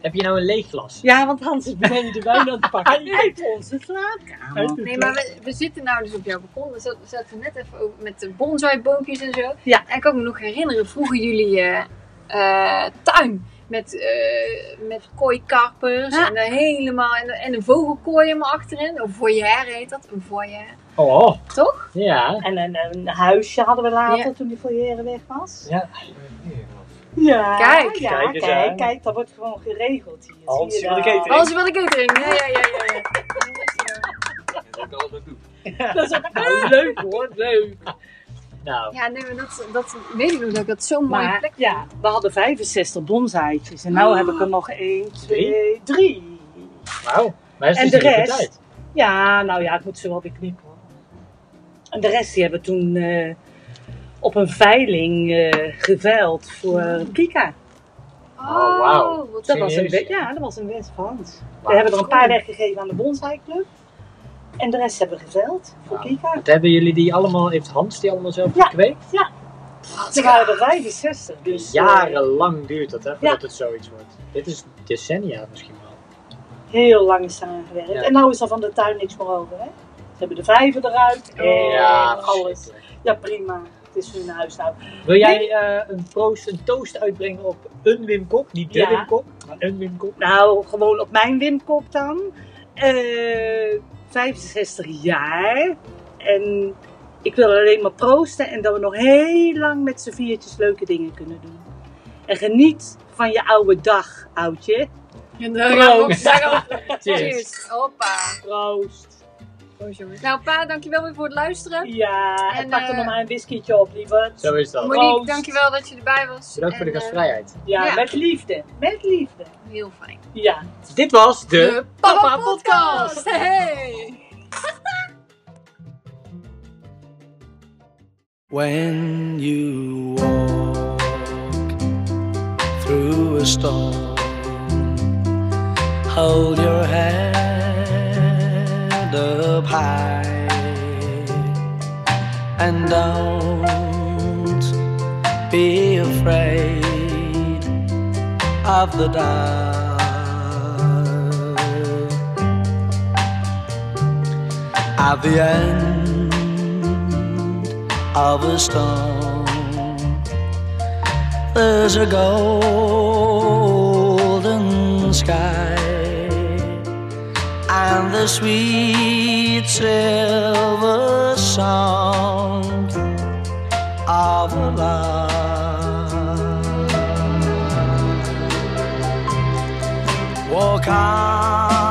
S1: Heb je nou een leeg glas?
S3: Ja, want Hans is beneden de wijn aan het pakken.
S1: Ja.
S3: Uit onze slaapkamer.
S2: Nee, maar we, we zitten nou dus op jouw balkon. We zat- zaten net even ook met de bonsaiboompjes en zo.
S3: Ja.
S2: En ik kan me nog herinneren, vroeger jullie eh, eh, tuin. Met, eh met kooikarpers
S3: Ja.
S2: en dan helemaal. En, en een vogelkooi helemaal achterin. Een foyer heet dat. Een foyer.
S1: Oh.
S2: Toch?
S1: Ja.
S3: En een, een huisje hadden we later
S2: Ja.
S3: toen die foyer weg was.
S1: Ja.
S3: Ja,
S2: Kijk.
S3: ja,
S1: Kijk
S3: kijk,
S1: eens aan.
S3: kijk, dat wordt gewoon geregeld hier.
S1: Hans,
S3: Zie
S1: je wil de
S3: dat?
S1: catering.
S2: Als je wil ik ook drinken. Ja, ja, ja, ja. ja.
S4: Dat ik altijd doe.
S3: Dat is ook nou, leuk hoor, leuk.
S1: Nou,
S2: Ja, nee, maar dat, dat weet ik nog dat ik dat zo'n mooie
S3: Maar
S2: plek vond.
S3: ja, we hadden 65 bonsaitjes en nu heb ik er nog 1, 2, 3.
S1: wauw. Maar het
S3: En
S1: is
S3: de
S1: dus niet
S3: rest?
S1: uit.
S3: Ja, nou ja, ik moet ze wel weer knippen hoor. En de rest die hebben we toen eh, op een veiling eh geveild voor Kika.
S1: Oh, wauw.
S2: wat
S3: Dat was een,
S1: Serieus?
S3: we- ja, dat was een West-Frans. We
S1: Wauw.
S3: hebben er een paar weggegeven aan de bonsaiclub. En de rest hebben we geveild voor
S1: Wauw.
S3: Kika.
S1: Want hebben jullie die allemaal, heeft Hans die allemaal zelf
S3: Ja.
S1: gekweekt? Ah,
S3: Ze waren er 65, dus... eh,
S1: Jarenlang duurt dat, hè, voordat het zoiets wordt. Dit is decennia misschien wel.
S3: heel lang is eraan gewerkt.
S1: Ja.
S3: En nou is er van de tuin niks meer over, hè? Ze hebben de vijver eruit en
S1: Ja,
S3: Eh, alles.
S1: verschrikkelijk.
S3: Ja, prima. Het is hun huis nou.
S1: Wil jij eh, een proost, een toast uitbrengen op een Wim Kok? Niet de
S3: Ja.
S1: Wim Kok, maar een Wim Kok.
S3: Nou, gewoon op mijn wimkop dan. Eh, 65 jaar. En ik wil alleen maar proosten en dat we nog heel lang met z'n viertjes leuke dingen kunnen doen. En geniet van je oude dag, oudje.
S2: En daar gaan we op-
S1: Proost.
S2: daar gaan we op.
S1: Cheers. Oh,
S2: Cheers. Hoppa.
S3: Proost.
S2: Nou, pa, dankjewel weer voor het luisteren.
S3: Ja, en,
S2: En,
S3: pak er
S2: eh,
S3: nog maar een whiskietje op, lieverd.
S1: Zo is dat.
S3: Mooi.
S2: Monique,
S3: Proost.
S2: dankjewel dat je erbij was.
S1: Bedankt voor de
S2: En, eh,
S1: gastvrijheid.
S3: Ja,
S2: Ja.
S3: met liefde. Met liefde.
S2: Heel fijn.
S3: Ja.
S1: Dit was de...
S2: Papa Podcast! Hey!
S5: When you walk through a storm, hold your head up high and don't be afraid of the dark. At the end of a storm. There's a golden sky and the sweet silver song of a lark. Walk on. Oh,